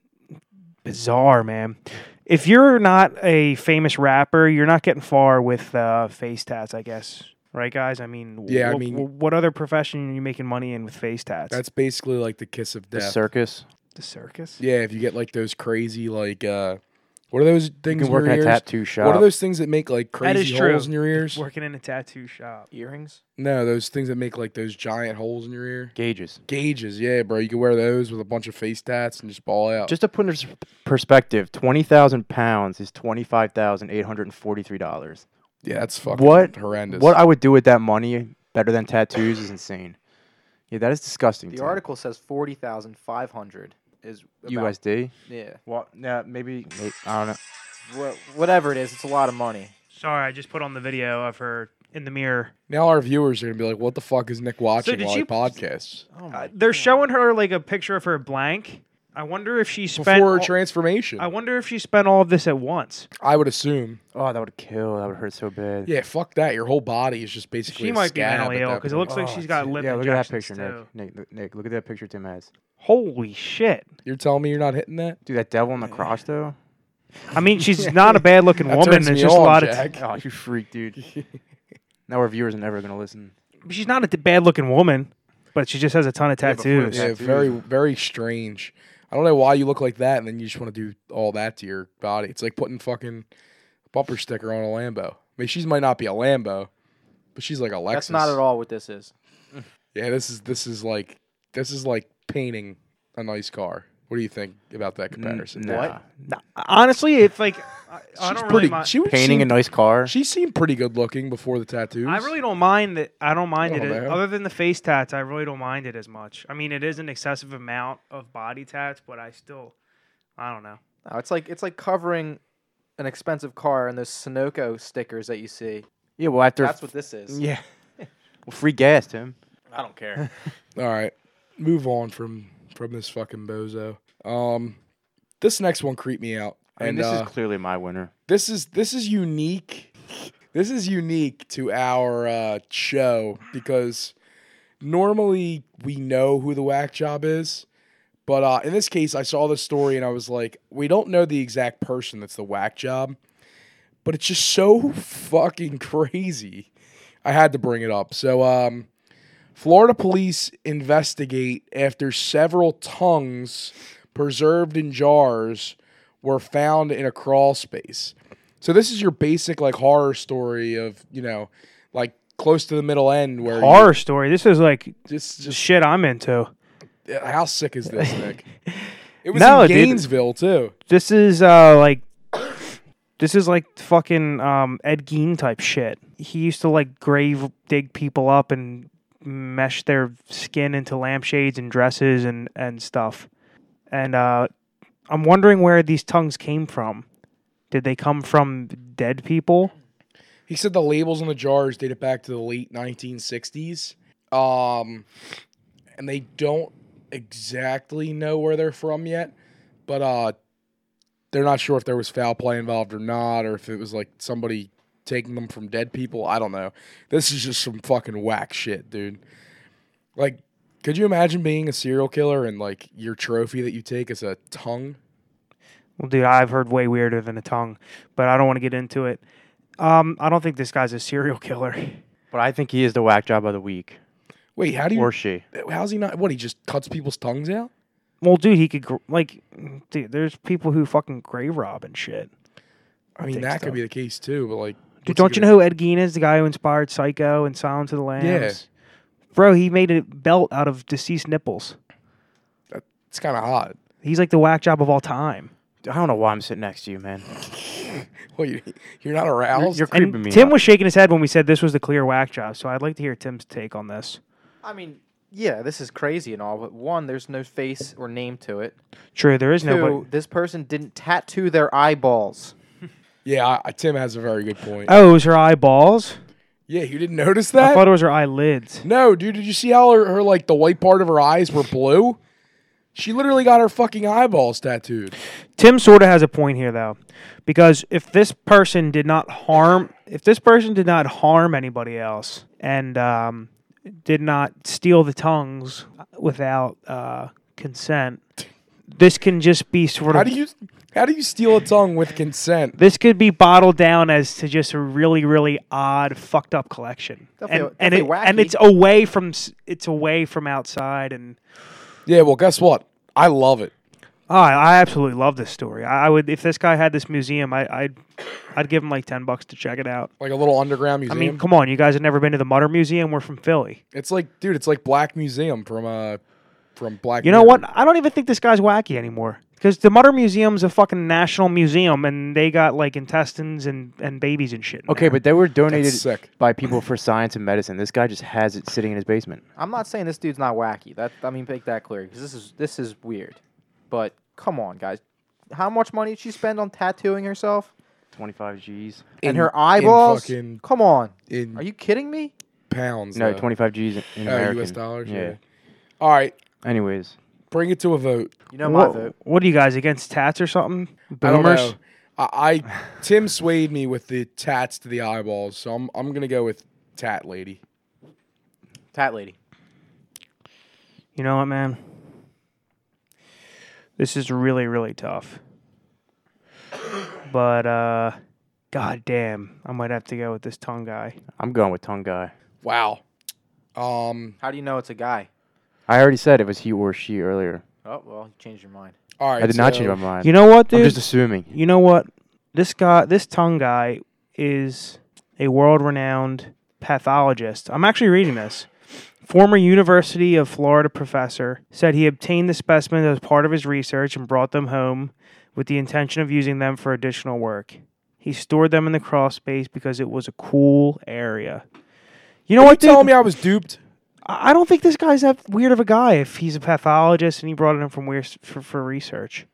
Speaker 2: bizarre, man. If you're not a famous rapper, you're not getting far with uh, face tats, I guess. Right, guys? I mean,
Speaker 1: Yeah, I
Speaker 2: wh-
Speaker 1: mean-
Speaker 2: wh- what other profession are you making money in with face tats?
Speaker 1: That's basically like the kiss of
Speaker 4: The
Speaker 1: death.
Speaker 4: circus.
Speaker 2: the circus.
Speaker 1: yeah, if you get like those crazy like uh what are those
Speaker 4: You
Speaker 1: things
Speaker 4: can
Speaker 1: in your
Speaker 4: work in a
Speaker 1: ears?
Speaker 4: tattoo shop.
Speaker 1: What are those things that make like
Speaker 2: That is
Speaker 1: crazy
Speaker 2: true.
Speaker 1: holes in your ears?
Speaker 2: Working in a tattoo shop.
Speaker 3: Earrings.
Speaker 1: No, those things that make like those giant holes in your ear.
Speaker 4: Gauges.
Speaker 1: Gauges, yeah, bro. You can wear those with a bunch of face tats and just ball out.
Speaker 4: Just to put into perspective, twenty thousand pounds is twenty five thousand eight hundred and forty three dollars.
Speaker 1: yeah, that's fucking
Speaker 4: What?
Speaker 1: horrendous.
Speaker 4: What I would do with that money, better than tattoos, is insane. Yeah, that is disgusting.
Speaker 3: The
Speaker 4: to me.
Speaker 3: article says forty thousand five hundred is about,
Speaker 4: USD.
Speaker 3: Yeah,
Speaker 4: Well, nah, maybe may- I don't know.
Speaker 3: Wha- whatever it is, it's a lot of money.
Speaker 2: Sorry, I just put on the video of her in the mirror.
Speaker 1: now our viewers are gonna be like, "What the fuck is Nick watching
Speaker 2: did
Speaker 1: while
Speaker 2: she-
Speaker 1: he podcasts?"
Speaker 3: Oh
Speaker 2: Uh, they're showing her like a picture of her blank. I wonder if she spent.
Speaker 1: Before her
Speaker 2: all-
Speaker 1: transformation, I
Speaker 2: I wonder if she spent all of this at once.
Speaker 1: would assume.
Speaker 4: Oh, that would kill. That would hurt so bad.
Speaker 1: Yeah, fuck that. Your whole body is just basically.
Speaker 2: She
Speaker 1: a
Speaker 2: might be
Speaker 1: scab
Speaker 2: mentally
Speaker 1: at
Speaker 2: ill
Speaker 1: that
Speaker 2: because it
Speaker 1: point.
Speaker 2: looks like she's got lip
Speaker 4: Oh, Yeah, look at that picture,
Speaker 2: injections, too.
Speaker 4: Nick. Nick, look- Nick. Look at that picture Tim has.
Speaker 2: Holy shit!
Speaker 1: You're telling me you're not hitting that?
Speaker 4: Dude, that devil on the cross though.
Speaker 2: I mean,
Speaker 1: (laughs)
Speaker 2: she's not a bad looking
Speaker 1: That
Speaker 2: woman. It's
Speaker 1: turns me
Speaker 2: just a
Speaker 1: on,
Speaker 2: lot of. (laughs)
Speaker 1: Jack. (laughs)
Speaker 4: Oh, you freak, dude. now our viewers are never gonna listen.
Speaker 2: She's not a d- bad looking woman, but she just has a ton of
Speaker 4: Yeah, but for-
Speaker 2: tattoos.
Speaker 1: Yeah,
Speaker 4: Tattoos.
Speaker 1: very very strange. I don't know why you look like that, and then you just want to do all that to your body. It's like putting fucking bumper sticker on a Lambo. I mean, she's might not be a Lambo, but she's like a Lexus.
Speaker 3: That's not at all what this is.
Speaker 1: Yeah, this is this is like this is like painting a nice car. What do you think about that comparison?
Speaker 4: nah.
Speaker 3: What?
Speaker 2: Nah, honestly, it's like I,
Speaker 1: She's
Speaker 2: I don't
Speaker 1: pretty.
Speaker 2: really mind.
Speaker 1: she would
Speaker 4: Painting a
Speaker 1: seem-
Speaker 4: nice car.
Speaker 1: She seemed pretty good looking before the tattoos.
Speaker 2: I really don't mind that. I don't mind
Speaker 1: Come
Speaker 2: it.
Speaker 1: on,
Speaker 2: as-
Speaker 1: Oh, man.
Speaker 2: Other than the face tats, I really don't mind it as much. I mean, it is an excessive amount of body tats, but I still, I don't know.
Speaker 3: No, it's like it's like covering an expensive car and those Sunoco stickers that you see.
Speaker 4: Yeah. Well, after.
Speaker 3: That's what this is.
Speaker 4: yeah. well, free gas, Tim.
Speaker 3: I
Speaker 1: (laughs)
Speaker 3: don't care.
Speaker 1: All right, move on from from this fucking bozo. Um, this next one creeped me out.
Speaker 4: I mean,
Speaker 1: and
Speaker 4: this
Speaker 1: uh,
Speaker 4: is clearly my winner.
Speaker 1: this is this is unique this is unique to our uh, show because normally we know who the whack job is but uh, in this case i saw the story and i was like we don't know the exact person that's the whack job but it's just so fucking (laughs) crazy i had to bring it up so um, florida police investigate after several tongues preserved in jars were found in a crawl space. So this is your basic like horror story of you know, like close to the middle end where you-
Speaker 2: Horror story. This is like
Speaker 1: just just
Speaker 2: shit I'm into.
Speaker 1: how sick is
Speaker 2: (laughs)
Speaker 1: this Nick? It was
Speaker 2: No,
Speaker 1: in
Speaker 2: dude.
Speaker 1: Gainesville too.
Speaker 2: This is uh like, this is like fucking um Ed Gein type shit. He used to like grave dig people up and mesh their skin into lampshades and dresses and and stuff. And uh, I'm wondering where these tongues came from. Did they come from dead people?
Speaker 1: He said the labels on the jars dated back to the late 1960s. Um, and they don't exactly know where they're from yet, but uh, they're not sure if there was foul play involved or not, or if it was like somebody taking them from dead people. I don't know. This is just some fucking whack shit, dude. Like, could you imagine being a serial killer and like your trophy that you take is a tongue?
Speaker 2: Well, dude, I've heard way weirder than a tongue, but I don't want to get into it. Um, I don't think this guy's a serial killer.
Speaker 4: But I think he is the whack job of the week,
Speaker 1: Wait, how do you?
Speaker 4: or she.
Speaker 1: How's he not? What he just cuts people's tongues out?
Speaker 2: Well, dude, he could gr- like, dude. There's people who fucking grave rob and shit.
Speaker 1: I mean,
Speaker 2: think
Speaker 1: that
Speaker 2: so.
Speaker 1: could be the case too, but like, What's
Speaker 2: Dude,
Speaker 1: he
Speaker 2: don't you
Speaker 1: gonna
Speaker 2: know who Ed Gein is? The guy who inspired Psycho and Silence of the Lambs. Bro, he made a belt out of deceased nipples.
Speaker 1: It's kind of hot. (laughs)
Speaker 2: He's like the whack job of all time.
Speaker 4: I don't know why I'm sitting next to you, man.
Speaker 1: Well, you, you're not aroused.
Speaker 4: You're
Speaker 2: And
Speaker 4: creeping me.
Speaker 2: Tim
Speaker 4: out.
Speaker 2: was shaking his head when we said this was the clear whack job, so I'd like to hear Tim's take on this.
Speaker 3: I mean, yeah, this is crazy and all, but one, there's no face or name to it.
Speaker 2: True, there is
Speaker 3: Two,
Speaker 2: no. But,
Speaker 3: this person didn't tattoo their eyeballs.
Speaker 1: yeah, I, I- Tim has a very good point.
Speaker 2: oh, it was her eyeballs.
Speaker 1: yeah, you didn't notice
Speaker 2: I
Speaker 1: that?
Speaker 2: thought it was her eyelids.
Speaker 1: no, dude, did you see how her, her like the white part of her eyes were blue? She literally got her fucking eyeballs tattooed.
Speaker 2: Tim sort of has a point here though, because if this person did not harm, if this person did not harm anybody else and um, did not steal the tongues without uh, consent, this can just be sort
Speaker 1: How
Speaker 2: of.
Speaker 1: do you how do you steal a tongue with consent?
Speaker 2: this could be bottled down as to just a really, really odd, fucked up collection,
Speaker 3: Definitely-
Speaker 2: and and,
Speaker 3: definitely
Speaker 2: it- and
Speaker 3: wacky.
Speaker 2: it's away from s- it's away from outside, and
Speaker 1: Yeah, well, guess what? I love it.
Speaker 2: oh, I I absolutely love this story. I, I would if this guy had this museum, I, I'd I'd give him like ten bucks to check it out.
Speaker 1: Like a little underground
Speaker 2: I
Speaker 1: museum.
Speaker 2: mean, come on, you guys have never been to the Mutter Museum. We're from Philly.
Speaker 1: it's like, dude, it's like Black Museum from uh from Black.
Speaker 2: You know
Speaker 1: Mirror.
Speaker 2: what? I don't even think this guy's wacky anymore. Because the Mutter Museum's a fucking national museum, and they got like intestines and, and babies and shit. in
Speaker 4: Okay,
Speaker 2: there.
Speaker 4: but they were donated
Speaker 1: sick.
Speaker 4: by people for science and medicine. This guy just has it sitting in his basement.
Speaker 3: I'm not saying this dude's not wacky. That I mean, make that clear because this is this is weird. But come on, guys, how much money did she spend on tattooing herself
Speaker 4: 25 G's.
Speaker 1: In-
Speaker 3: and her
Speaker 1: in
Speaker 3: eyeballs?
Speaker 1: fucking-
Speaker 3: Come on,
Speaker 1: In
Speaker 3: are you kidding me?
Speaker 1: pounds.
Speaker 4: No,
Speaker 1: though.
Speaker 4: 25 G's in- in
Speaker 1: Oh,
Speaker 4: American.
Speaker 1: U.S. dollars.
Speaker 4: Yeah.
Speaker 1: Yeah. All right,
Speaker 4: Anyways,
Speaker 1: bring it to a vote.
Speaker 3: You know
Speaker 2: Wha-
Speaker 3: my
Speaker 2: what,
Speaker 3: vote.
Speaker 2: are you guys against tats or something?
Speaker 1: I don't
Speaker 2: Boomers.
Speaker 1: know. I, I Tim swayed me with the tats to the eyeballs, so I'm I'm gonna go with tat lady.
Speaker 3: Tat lady.
Speaker 2: You know what, man? This is really really tough. But uh, god damn, I might have to go with this tongue guy.
Speaker 4: I'm going with tongue guy.
Speaker 1: Wow. Um.
Speaker 3: How do you know it's a guy?
Speaker 4: I already said it was he or she earlier.
Speaker 3: Oh well, you changed your mind.
Speaker 1: All right.
Speaker 4: I did not
Speaker 1: so-
Speaker 4: change my mind.
Speaker 2: You know what, dude?
Speaker 4: I'm just assuming.
Speaker 2: you know what? This guy, this tongue guy, is a world-renowned pathologist. I'm actually reading this. Former University of Florida professor said he obtained the specimens as part of his research and brought them home with the intention of using them for additional work. He stored them in the crawl space because it was a cool area. You know
Speaker 1: Are you
Speaker 2: what, dude?
Speaker 1: telling me I was duped?
Speaker 2: I I don't think this guy's that weird of a guy if he's a pathologist and he brought it in from where for, for research.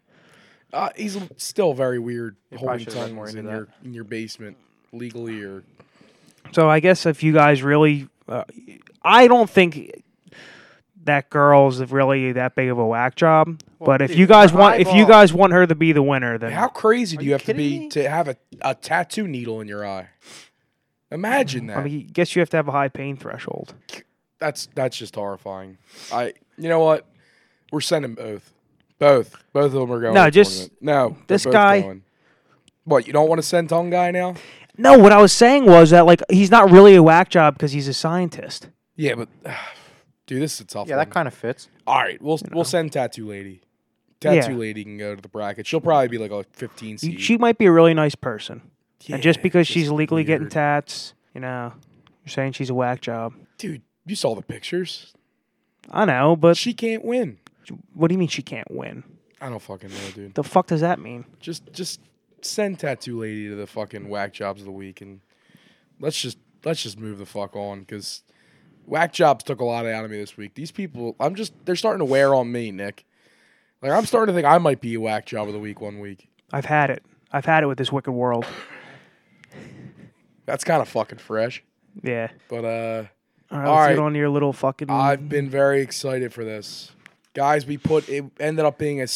Speaker 1: Uh, he's still very weird holding
Speaker 3: probably should've read more
Speaker 1: tongues
Speaker 3: into
Speaker 1: in
Speaker 3: that.
Speaker 1: your in your basement legally or
Speaker 2: So I guess if you guys really, uh, I don't think that girl's really that big of a whack job. but if
Speaker 3: dude,
Speaker 2: you guys
Speaker 3: her
Speaker 2: want, if you
Speaker 3: eyeball-
Speaker 2: guys want her to be the winner, then
Speaker 1: how crazy do you,
Speaker 3: you
Speaker 1: have to
Speaker 3: kidding
Speaker 1: be
Speaker 3: me?
Speaker 1: to have a, a tattoo needle in your eye? Imagine that.
Speaker 2: I mean, guess you have to have a high pain threshold.
Speaker 1: that's that's just horrifying. I you know what? We're sending both. Both. Both of them are going.
Speaker 2: No,
Speaker 1: to the
Speaker 2: just-
Speaker 1: tournament. no. they're
Speaker 2: this
Speaker 1: both
Speaker 2: guy-
Speaker 1: going. What you don't want to send tongue guy now?
Speaker 2: No, what I was saying was that like he's not really a whack job because he's a scientist.
Speaker 1: Yeah, but (sighs) dude, this is a tough.
Speaker 3: Yeah,
Speaker 1: one.
Speaker 3: that kind of fits.
Speaker 1: All right, we'll we'll send tattoo lady. Tattoo lady can go to the bracket. She'll probably be like a fifteen seed.
Speaker 2: She might be a really nice person, and just
Speaker 1: Yeah,
Speaker 2: because she's legally getting
Speaker 1: weird.
Speaker 2: tats, you know, you're saying she's a whack job.
Speaker 1: dude, you saw the pictures.
Speaker 2: I know, but
Speaker 1: She can't win.
Speaker 2: what do you mean she can't win?
Speaker 1: I don't fucking know, dude.
Speaker 2: The fuck does that mean?
Speaker 1: Just just send tattoo lady to the fucking whack jobs of the week and let's just let's just move the fuck on because whack jobs took a lot out of me this week. These people, I'm just they're starting to wear on me, Nick. Like I'm starting to think I might be a whack job of the week one week.
Speaker 2: I've had it. I've had it with this wicked world.
Speaker 1: That's kind of fucking fresh.
Speaker 2: Yeah.
Speaker 1: But uh
Speaker 2: All right,
Speaker 1: All
Speaker 2: let's
Speaker 1: right.
Speaker 2: get on to your little fucking.
Speaker 1: I've been very excited for this. Guys, we put it ended up being a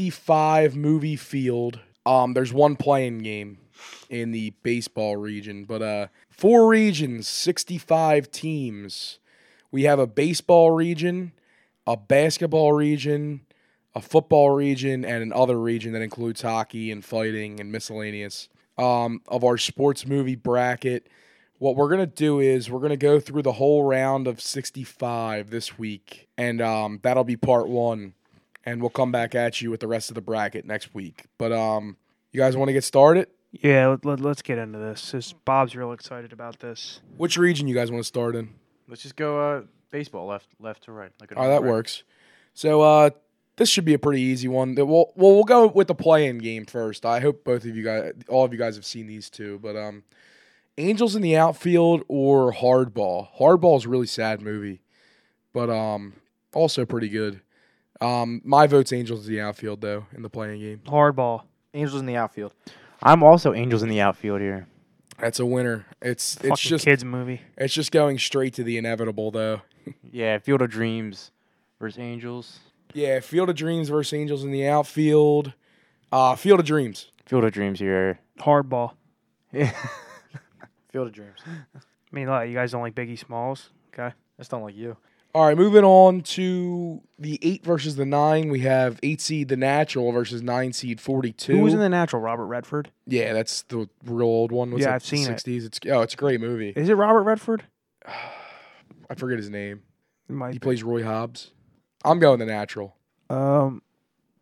Speaker 1: 65 movie field. Um there's one playing game in the baseball region, but uh four regions, 65 teams. We have a baseball region, a basketball region, a football region, and an other region that includes hockey and fighting and miscellaneous. Um, of our sports movie bracket, what we're gonna do is we're gonna go through the whole round of 65 this week, and um, that'll be part one. And we'll come back at you with the rest of the bracket next week. But um, you guys want to get started?
Speaker 2: Yeah, let, let, let's get into this. This- Bob's real excited about this.
Speaker 1: Which region you guys want to start in?
Speaker 4: Let's just go uh, baseball left left to right. Like a
Speaker 1: Oh, that
Speaker 4: right.
Speaker 1: works. So uh, this should be a pretty easy one. That We'll well, we'll go with the play-in game first. I hope both of you guys, all of you guys, have seen these two. But um, Angels in the outfield or Hardball. Hardball is a really sad movie, but um, also pretty good. Um, my vote's Angels in the outfield though in the playing game.
Speaker 2: Hardball.
Speaker 3: Angels in the outfield.
Speaker 4: I'm also Angels in the outfield here.
Speaker 1: That's a winner. It's it's
Speaker 2: Fucking
Speaker 1: just
Speaker 2: kids movie.
Speaker 1: it's just going straight to the inevitable though.
Speaker 4: Yeah, Field of Dreams versus Angels.
Speaker 1: Yeah, Field of Dreams versus Angels in the outfield. Uh, Field of Dreams.
Speaker 4: Field of Dreams here.
Speaker 2: Hardball.
Speaker 3: Field of Dreams.
Speaker 2: I mean, like, you guys don't like Biggie Smalls, okay?
Speaker 3: I just don't like you.
Speaker 1: All right, moving on to the eight versus the nine. We have eight seed the natural versus nine seed forty two.
Speaker 2: Who was in the natural? Robert Redford.
Speaker 1: Yeah, that's the real old one. What's
Speaker 2: Yeah,
Speaker 1: that,
Speaker 2: I've seen it.
Speaker 1: Sixties. It's oh, it's a great movie.
Speaker 2: Is it Robert Redford?
Speaker 1: I forget his name.
Speaker 2: It might
Speaker 1: He
Speaker 2: be.
Speaker 1: plays Roy Hobbs. I'm going the natural.
Speaker 2: Um,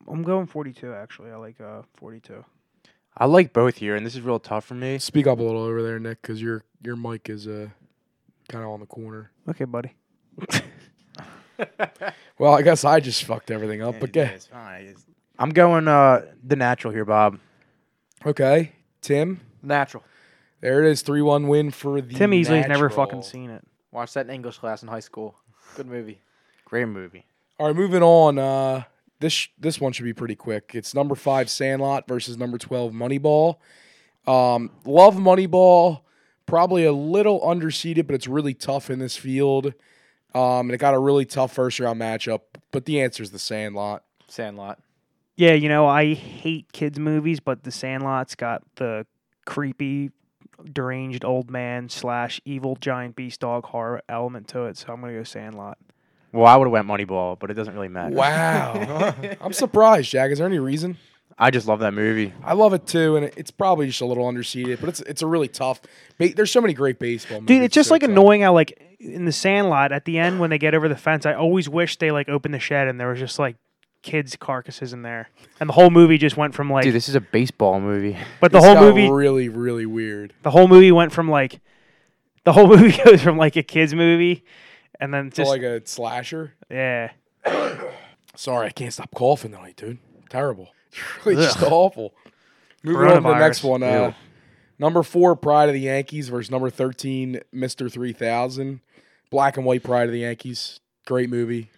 Speaker 2: I'm going 42 actually. I like uh 42.
Speaker 4: (laughs) I like both here, and this is real tough for me.
Speaker 1: Speak up a little over there, Nick, because your your mic is uh kind of on the corner.
Speaker 2: Okay, buddy.
Speaker 1: Well, I guess I just fucked everything up. But yeah,
Speaker 4: I'm going uh, the natural here, Bob.
Speaker 1: okay, Tim.
Speaker 3: Natural.
Speaker 1: There it is, three one win for the
Speaker 2: Tim Easley's never
Speaker 1: Natural.
Speaker 2: fucking seen it.
Speaker 3: Watched that in English class in high school. Good movie.
Speaker 4: Great movie.
Speaker 1: All right, moving on. Uh, this this one should be pretty quick. It's number five Sandlot versus number twelve Moneyball. Um, love Moneyball. Probably a little underseeded, but it's really tough in this field. Um, and it got a really tough first round matchup. But the answer is the Sandlot.
Speaker 3: Sandlot.
Speaker 2: Yeah, you know I hate kids movies, but The Sandlot's got the creepy, deranged old man slash evil giant beast dog horror element to it. So I'm gonna go Sandlot.
Speaker 4: Well, I would have went Moneyball, but it doesn't really matter.
Speaker 1: Wow,
Speaker 2: (laughs)
Speaker 1: I'm surprised, Jack. Is there any reason?
Speaker 4: I just love that movie.
Speaker 1: I love it too, and it- it's probably just a little underseeded, but it's it's a really tough. Ba- there's so many great baseball.
Speaker 2: Dude,
Speaker 1: movies,
Speaker 2: it's just
Speaker 1: so
Speaker 2: like
Speaker 1: tough.
Speaker 2: annoying how like in The Sandlot at the end when they get over the fence, I always wish they like opened the shed and there was just like kids carcasses in there, and the whole movie just went from like.
Speaker 4: Dude, this is a baseball movie.
Speaker 2: but the
Speaker 1: This
Speaker 2: whole
Speaker 1: got
Speaker 2: movie
Speaker 1: really really weird.
Speaker 2: The whole movie went from like the whole (laughs) movie goes from like a kids movie and then
Speaker 1: It's
Speaker 2: just
Speaker 1: like a slasher.
Speaker 2: yeah.
Speaker 1: Sorry, I can't stop coughing tonight, dude. Terrible. (laughs) It's really just awful. Moving on to the
Speaker 2: Coronavirus.
Speaker 1: next one. Uh,
Speaker 4: Ew.
Speaker 1: number four, Pride of the Yankees versus number 13, Mr. 3000. Black and white Pride of the Yankees. Great movie.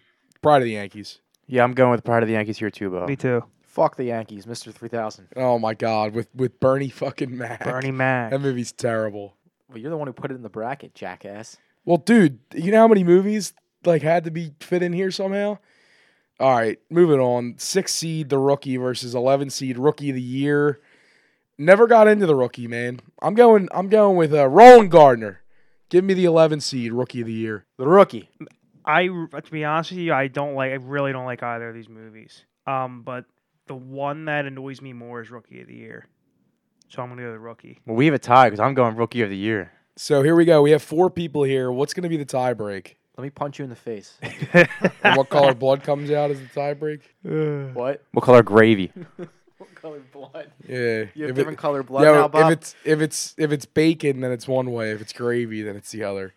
Speaker 1: Pride of the Yankees.
Speaker 4: Yeah, I'm going with Pride of the Yankees here too, Bob.
Speaker 2: Me too.
Speaker 3: Fuck the Yankees, Mr. 3000.
Speaker 1: Oh my God, with, with Bernie fucking Mac.
Speaker 2: Bernie
Speaker 1: (laughs)
Speaker 2: Mac.
Speaker 1: That movie's terrible.
Speaker 3: Well, you're the one who put it in the bracket, jackass.
Speaker 1: Well, dude, you know how many movies like had to be fit in here somehow? All right, moving on. Six seed the rookie versus eleven seed rookie of the year. Never got into the rookie, man. I'm going. I'm going with uh, Roland Gardner. Give me the eleven seed rookie of the year.
Speaker 3: The rookie.
Speaker 2: I to be honest with you, I don't like I really don't like either of these movies. Um but the one that annoys me more is Rookie of the Year. So I'm going to go to Rookie.
Speaker 4: Well, we have a tie because I'm going Rookie of the Year.
Speaker 1: So here we go. We have four people here. What's going to be the tie break?
Speaker 3: Let me punch you in the
Speaker 1: (laughs)
Speaker 3: face.
Speaker 1: And what
Speaker 3: (laughs)
Speaker 1: color blood comes out as the tie break?
Speaker 3: what?
Speaker 4: We'll call her gravy.
Speaker 3: What color blood?
Speaker 1: Yeah.
Speaker 3: You have
Speaker 1: If it-
Speaker 3: different color blood
Speaker 1: Yeah,
Speaker 3: now, Bob.
Speaker 1: if it's if it's if it's bacon, then it's one way. If it's gravy, then it's the other.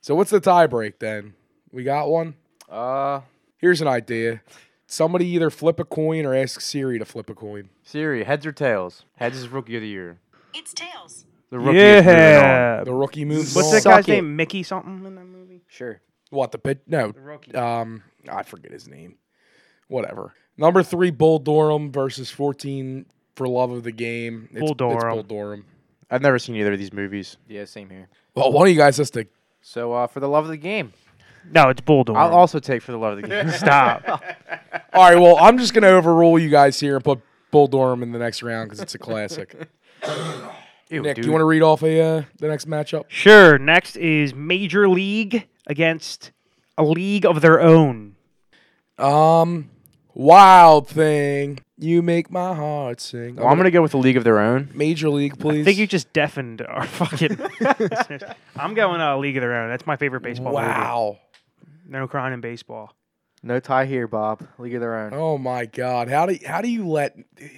Speaker 1: So what's the tie break then? We got one.
Speaker 3: uh,
Speaker 1: Here's an idea. Somebody either flip a coin or ask Siri to flip a coin.
Speaker 4: Siri, heads or tails? Heads is Rookie of the Year.
Speaker 5: It's tails.
Speaker 4: The rookie is moving on.
Speaker 2: Yeah.
Speaker 1: The rookie moves
Speaker 2: What's
Speaker 1: on.
Speaker 2: that guy's
Speaker 3: Suck it.
Speaker 2: name? Mickey something in that movie?
Speaker 3: sure.
Speaker 1: What the pit? No,
Speaker 2: Rookie.
Speaker 1: um, I forget his name. Whatever. Number three, Bull Durham versus fourteen for love of the game. It's,
Speaker 2: Bull
Speaker 1: It's
Speaker 2: Durham.
Speaker 1: Bull Durham.
Speaker 4: I've never seen either of these movies.
Speaker 3: Yeah, same here.
Speaker 1: Well, one of you guys has to.
Speaker 3: So, uh, for the love of the game,
Speaker 2: No, it's Bulldog.
Speaker 4: I'll also take for the love of the (laughs) game.
Speaker 2: Stop.
Speaker 1: All right. Well, I'm just gonna overrule you guys here and put Bull Durham in the next round because it's a
Speaker 4: (laughs)
Speaker 1: classic. Nick, do you want to read off a uh, the next matchup?
Speaker 2: Sure. Next is Major League against a league of their own.
Speaker 1: Um, wild thing, you make my heart sing.
Speaker 4: Well, I'm gonna go with the League of Their Own.
Speaker 1: Major League, please.
Speaker 2: I think you just deafened our (laughs) fucking listeners. I'm going uh, League of Their Own. That's my favorite baseball
Speaker 1: Wow.
Speaker 2: movie. No crying in baseball.
Speaker 3: no tie here, Bob. League of their own.
Speaker 1: Oh my God. How do how do you let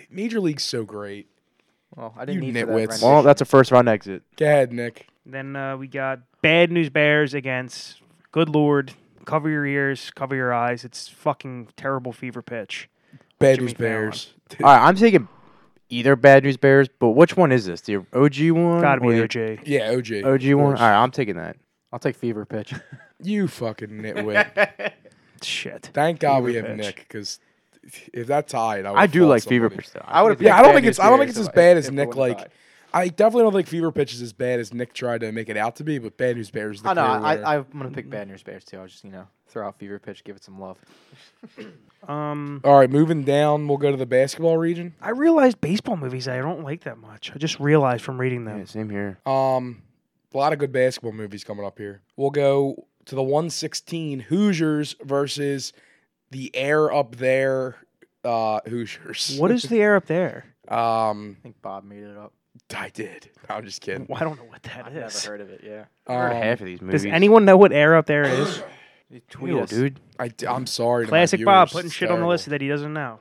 Speaker 1: Major League's so great?
Speaker 3: Well, I didn't
Speaker 1: You
Speaker 3: need for that
Speaker 1: nitwits.
Speaker 3: rendition.
Speaker 4: Well, that's a first round exit.
Speaker 1: Go ahead, Nick.
Speaker 2: Then uh, we got Bad News Bears against Good Lord. Cover your ears, cover your eyes. It's fucking terrible fever pitch.
Speaker 1: Bad
Speaker 2: Jimmy
Speaker 1: news bears. (laughs)
Speaker 4: All right, I'm taking either Bad News Bears, but which one is this? The OG one?
Speaker 2: Gotta be
Speaker 4: or the
Speaker 2: OJ.
Speaker 1: Yeah, OG. of
Speaker 4: OG one? All
Speaker 1: course.
Speaker 4: right, I'm taking that.
Speaker 3: I'll take fever pitch.
Speaker 1: You fucking
Speaker 4: (laughs)
Speaker 1: nitwit.
Speaker 2: Shit.
Speaker 1: Thank God we have
Speaker 2: Fever
Speaker 1: Nick, 'cause
Speaker 2: pitch.
Speaker 1: Nick because if that's tied, I,
Speaker 4: I
Speaker 1: would've
Speaker 4: do
Speaker 1: fought
Speaker 4: like Fever
Speaker 1: somebody.
Speaker 4: Pitch though.
Speaker 3: (laughs) I would've
Speaker 4: picked
Speaker 1: Yeah, I
Speaker 3: Bad
Speaker 1: don't think
Speaker 3: News
Speaker 1: it's. I don't think
Speaker 3: Bears
Speaker 1: it's as
Speaker 3: if I-
Speaker 1: bad
Speaker 3: if
Speaker 1: as
Speaker 3: it
Speaker 1: Nick.
Speaker 3: would've
Speaker 1: Like,
Speaker 3: tied.
Speaker 1: I definitely don't think Fever Pitch is as bad as Nick tried to make it out to be. But Bad News Bears. Is the
Speaker 3: I know.
Speaker 1: clear
Speaker 3: I,
Speaker 1: winner.
Speaker 3: I, I'm gonna pick Bad News Bears too. I'll just you know throw out fever pitch, give it some love.
Speaker 2: Um,
Speaker 1: All right, moving down, we'll go to the basketball region.
Speaker 2: I realized baseball movies I don't like that much. I just realized from reading them.
Speaker 4: Yeah, same here.
Speaker 1: Um, a lot of good basketball movies coming up here. We'll go to the 116 Hoosiers versus the air up there uh, Hoosiers.
Speaker 2: What is the air up there?
Speaker 1: Um,
Speaker 3: I think Bob made it up.
Speaker 1: I did. No, I'm just kidding.
Speaker 2: Well, I don't know what that
Speaker 3: I've
Speaker 2: is.
Speaker 3: never heard of it. Yeah.
Speaker 4: I heard
Speaker 1: Um,
Speaker 4: half of these movies.
Speaker 2: Does anyone know what air up there is?
Speaker 3: You tweet
Speaker 4: Ew,
Speaker 3: us.
Speaker 4: dude?
Speaker 1: I, d- I'm sorry. to my
Speaker 2: Classic Bob
Speaker 1: viewers,
Speaker 2: putting
Speaker 1: it's
Speaker 2: shit on the
Speaker 1: terrible.
Speaker 2: list that he doesn't know.
Speaker 4: All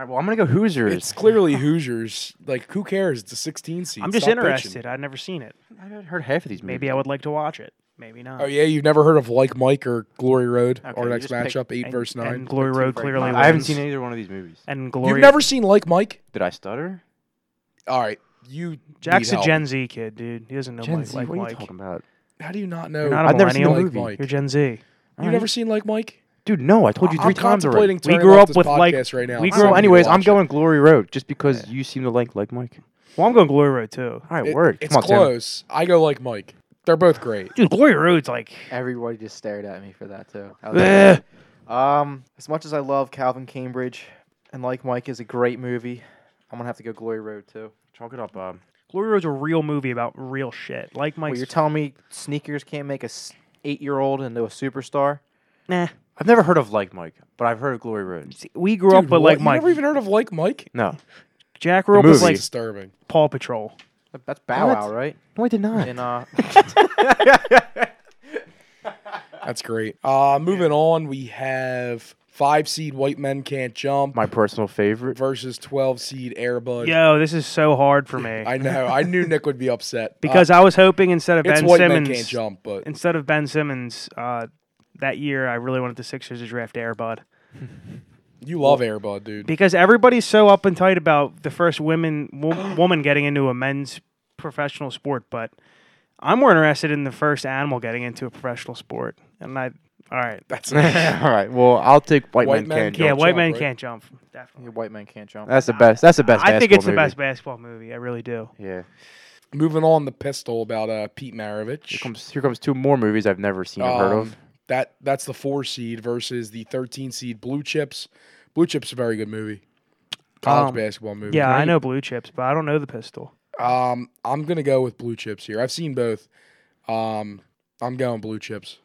Speaker 4: right, well, I'm gonna go Hoosiers.
Speaker 1: It's clearly Hoosiers. Like, who cares? It's a 16 seed.
Speaker 2: I'm just
Speaker 1: Stop bitching.
Speaker 2: interested. I've never seen it.
Speaker 4: I haven't heard half of these.
Speaker 2: Maybe I would like to watch it. Maybe not.
Speaker 1: Oh yeah, you've never heard of Like Mike or Glory Road?
Speaker 3: Okay,
Speaker 1: our
Speaker 3: you
Speaker 1: next
Speaker 3: just picked-
Speaker 1: matchup, eight
Speaker 2: And-
Speaker 1: verse
Speaker 2: And
Speaker 1: nine.
Speaker 2: Glory
Speaker 3: Pick two
Speaker 2: Road
Speaker 3: for
Speaker 2: clearly
Speaker 3: eight.
Speaker 2: wins.
Speaker 4: I haven't seen either one of these movies.
Speaker 2: And Glory.
Speaker 1: You've never seen Like Mike?
Speaker 4: Did I stutter?
Speaker 1: All right, you. need
Speaker 2: Jack's a
Speaker 1: help.
Speaker 2: Gen Z kid, dude. He doesn't know
Speaker 4: Gen
Speaker 2: Mike.
Speaker 4: Z,
Speaker 2: like
Speaker 4: what are you
Speaker 2: Mike.
Speaker 4: talking about?
Speaker 1: How do you not know?
Speaker 2: not a
Speaker 1: I've never seen
Speaker 2: millennial.
Speaker 1: Like
Speaker 4: Movie.
Speaker 1: Mike.
Speaker 2: You're Gen Z.
Speaker 1: You've never seen Like Mike?
Speaker 4: Dude, no, I told you
Speaker 1: I-
Speaker 4: three
Speaker 1: I'm
Speaker 4: times already.
Speaker 1: contemplating
Speaker 4: Well,
Speaker 2: We
Speaker 1: turning
Speaker 2: grew
Speaker 1: off
Speaker 2: up
Speaker 1: this
Speaker 2: with, like-
Speaker 1: podcast right now.
Speaker 2: we
Speaker 1: I'm
Speaker 2: grew up-
Speaker 1: gonna
Speaker 4: anyways,
Speaker 1: watch
Speaker 4: I'm
Speaker 1: it.
Speaker 4: going Glory Road just because you seem to like like Mike.
Speaker 2: Well, I'm going Glory Road too.
Speaker 4: All right,
Speaker 1: It-
Speaker 4: word.
Speaker 1: It's
Speaker 4: Come on, Tim.
Speaker 1: close. I go Like Mike. They're both great.
Speaker 2: Dude, Glory Road's like
Speaker 3: Everybody just stared at me for that too. That was
Speaker 4: Eh.
Speaker 3: Um, as much as I love Calvin Cambridge, and like Mike is a great movie, I'm gonna have to go Glory Road too.
Speaker 4: Chalk it up, um, Bob.
Speaker 2: Glory Road's a real movie about real shit. Like
Speaker 3: Well,
Speaker 2: Mike's.
Speaker 3: you're telling me sneakers can't make a eight year old into a superstar?
Speaker 2: nah.
Speaker 4: I've never heard of Like Mike, but I've heard of Glory Road.
Speaker 2: See, We grew up
Speaker 1: Dude, what?
Speaker 2: with like
Speaker 1: You
Speaker 2: Mike.
Speaker 1: Never even heard of Like Mike?
Speaker 4: No.
Speaker 2: Jack grew up
Speaker 4: The
Speaker 2: with
Speaker 1: It's
Speaker 4: movie.
Speaker 2: like
Speaker 1: disturbing.
Speaker 2: Paw Patrol.
Speaker 3: That- That's Bow
Speaker 4: What?
Speaker 1: (laughs)
Speaker 3: Wow, right?
Speaker 4: No, I did not.
Speaker 3: And uh,
Speaker 1: That's great. Uh, moving on, we have five seed White Men Can't Jump
Speaker 4: My personal (laughs) favorite.
Speaker 1: versus twelve seed Airbud.
Speaker 2: Yo, this is so hard for me
Speaker 1: I know. I knew Nick would be
Speaker 2: (laughs)
Speaker 1: upset
Speaker 2: because
Speaker 1: uh,
Speaker 2: I was hoping instead of
Speaker 1: it's
Speaker 2: Ben
Speaker 1: White
Speaker 2: Simmons,
Speaker 1: Men Can't Jump, but
Speaker 2: instead of Ben Simmons, uh, that year I really wanted the Sixers to draft Airbud
Speaker 1: you love Airbud, dude.
Speaker 2: because everybody's so up and tight about the first women
Speaker 1: (gasps)
Speaker 2: wo- woman getting into a men's professional sport, but I'm more interested in the first animal getting into a professional sport. And I, all right,
Speaker 4: (laughs)
Speaker 1: That's
Speaker 4: All right, well, I'll take White,
Speaker 1: White
Speaker 4: Man
Speaker 1: Man
Speaker 4: Can't
Speaker 1: Can't-
Speaker 4: Jump.
Speaker 2: yeah,
Speaker 1: Don't
Speaker 2: white
Speaker 1: jump,
Speaker 2: men
Speaker 1: right?
Speaker 2: can't jump. Definitely.
Speaker 3: your white man can't
Speaker 1: Uh,
Speaker 3: jump.
Speaker 4: That's the best. That's the best.
Speaker 2: I think it's the
Speaker 4: basketball
Speaker 2: best basketball movie. I really do.
Speaker 4: movie. Yeah.
Speaker 1: moving on. The pistol about uh, Pete Maravich.
Speaker 4: Here comes, here comes two more movies I've never seen or heard
Speaker 1: Um,
Speaker 4: of.
Speaker 1: That that's the four seed versus the thirteen seed Blue Chips. Blue Chips is a very good movie. College
Speaker 2: Um,
Speaker 1: basketball movie.
Speaker 2: Yeah, I know Blue Chips, but I don't know the pistol.
Speaker 1: Um, I'm gonna go with Blue Chips here. I've seen both. Um, I'm going Blue Chips.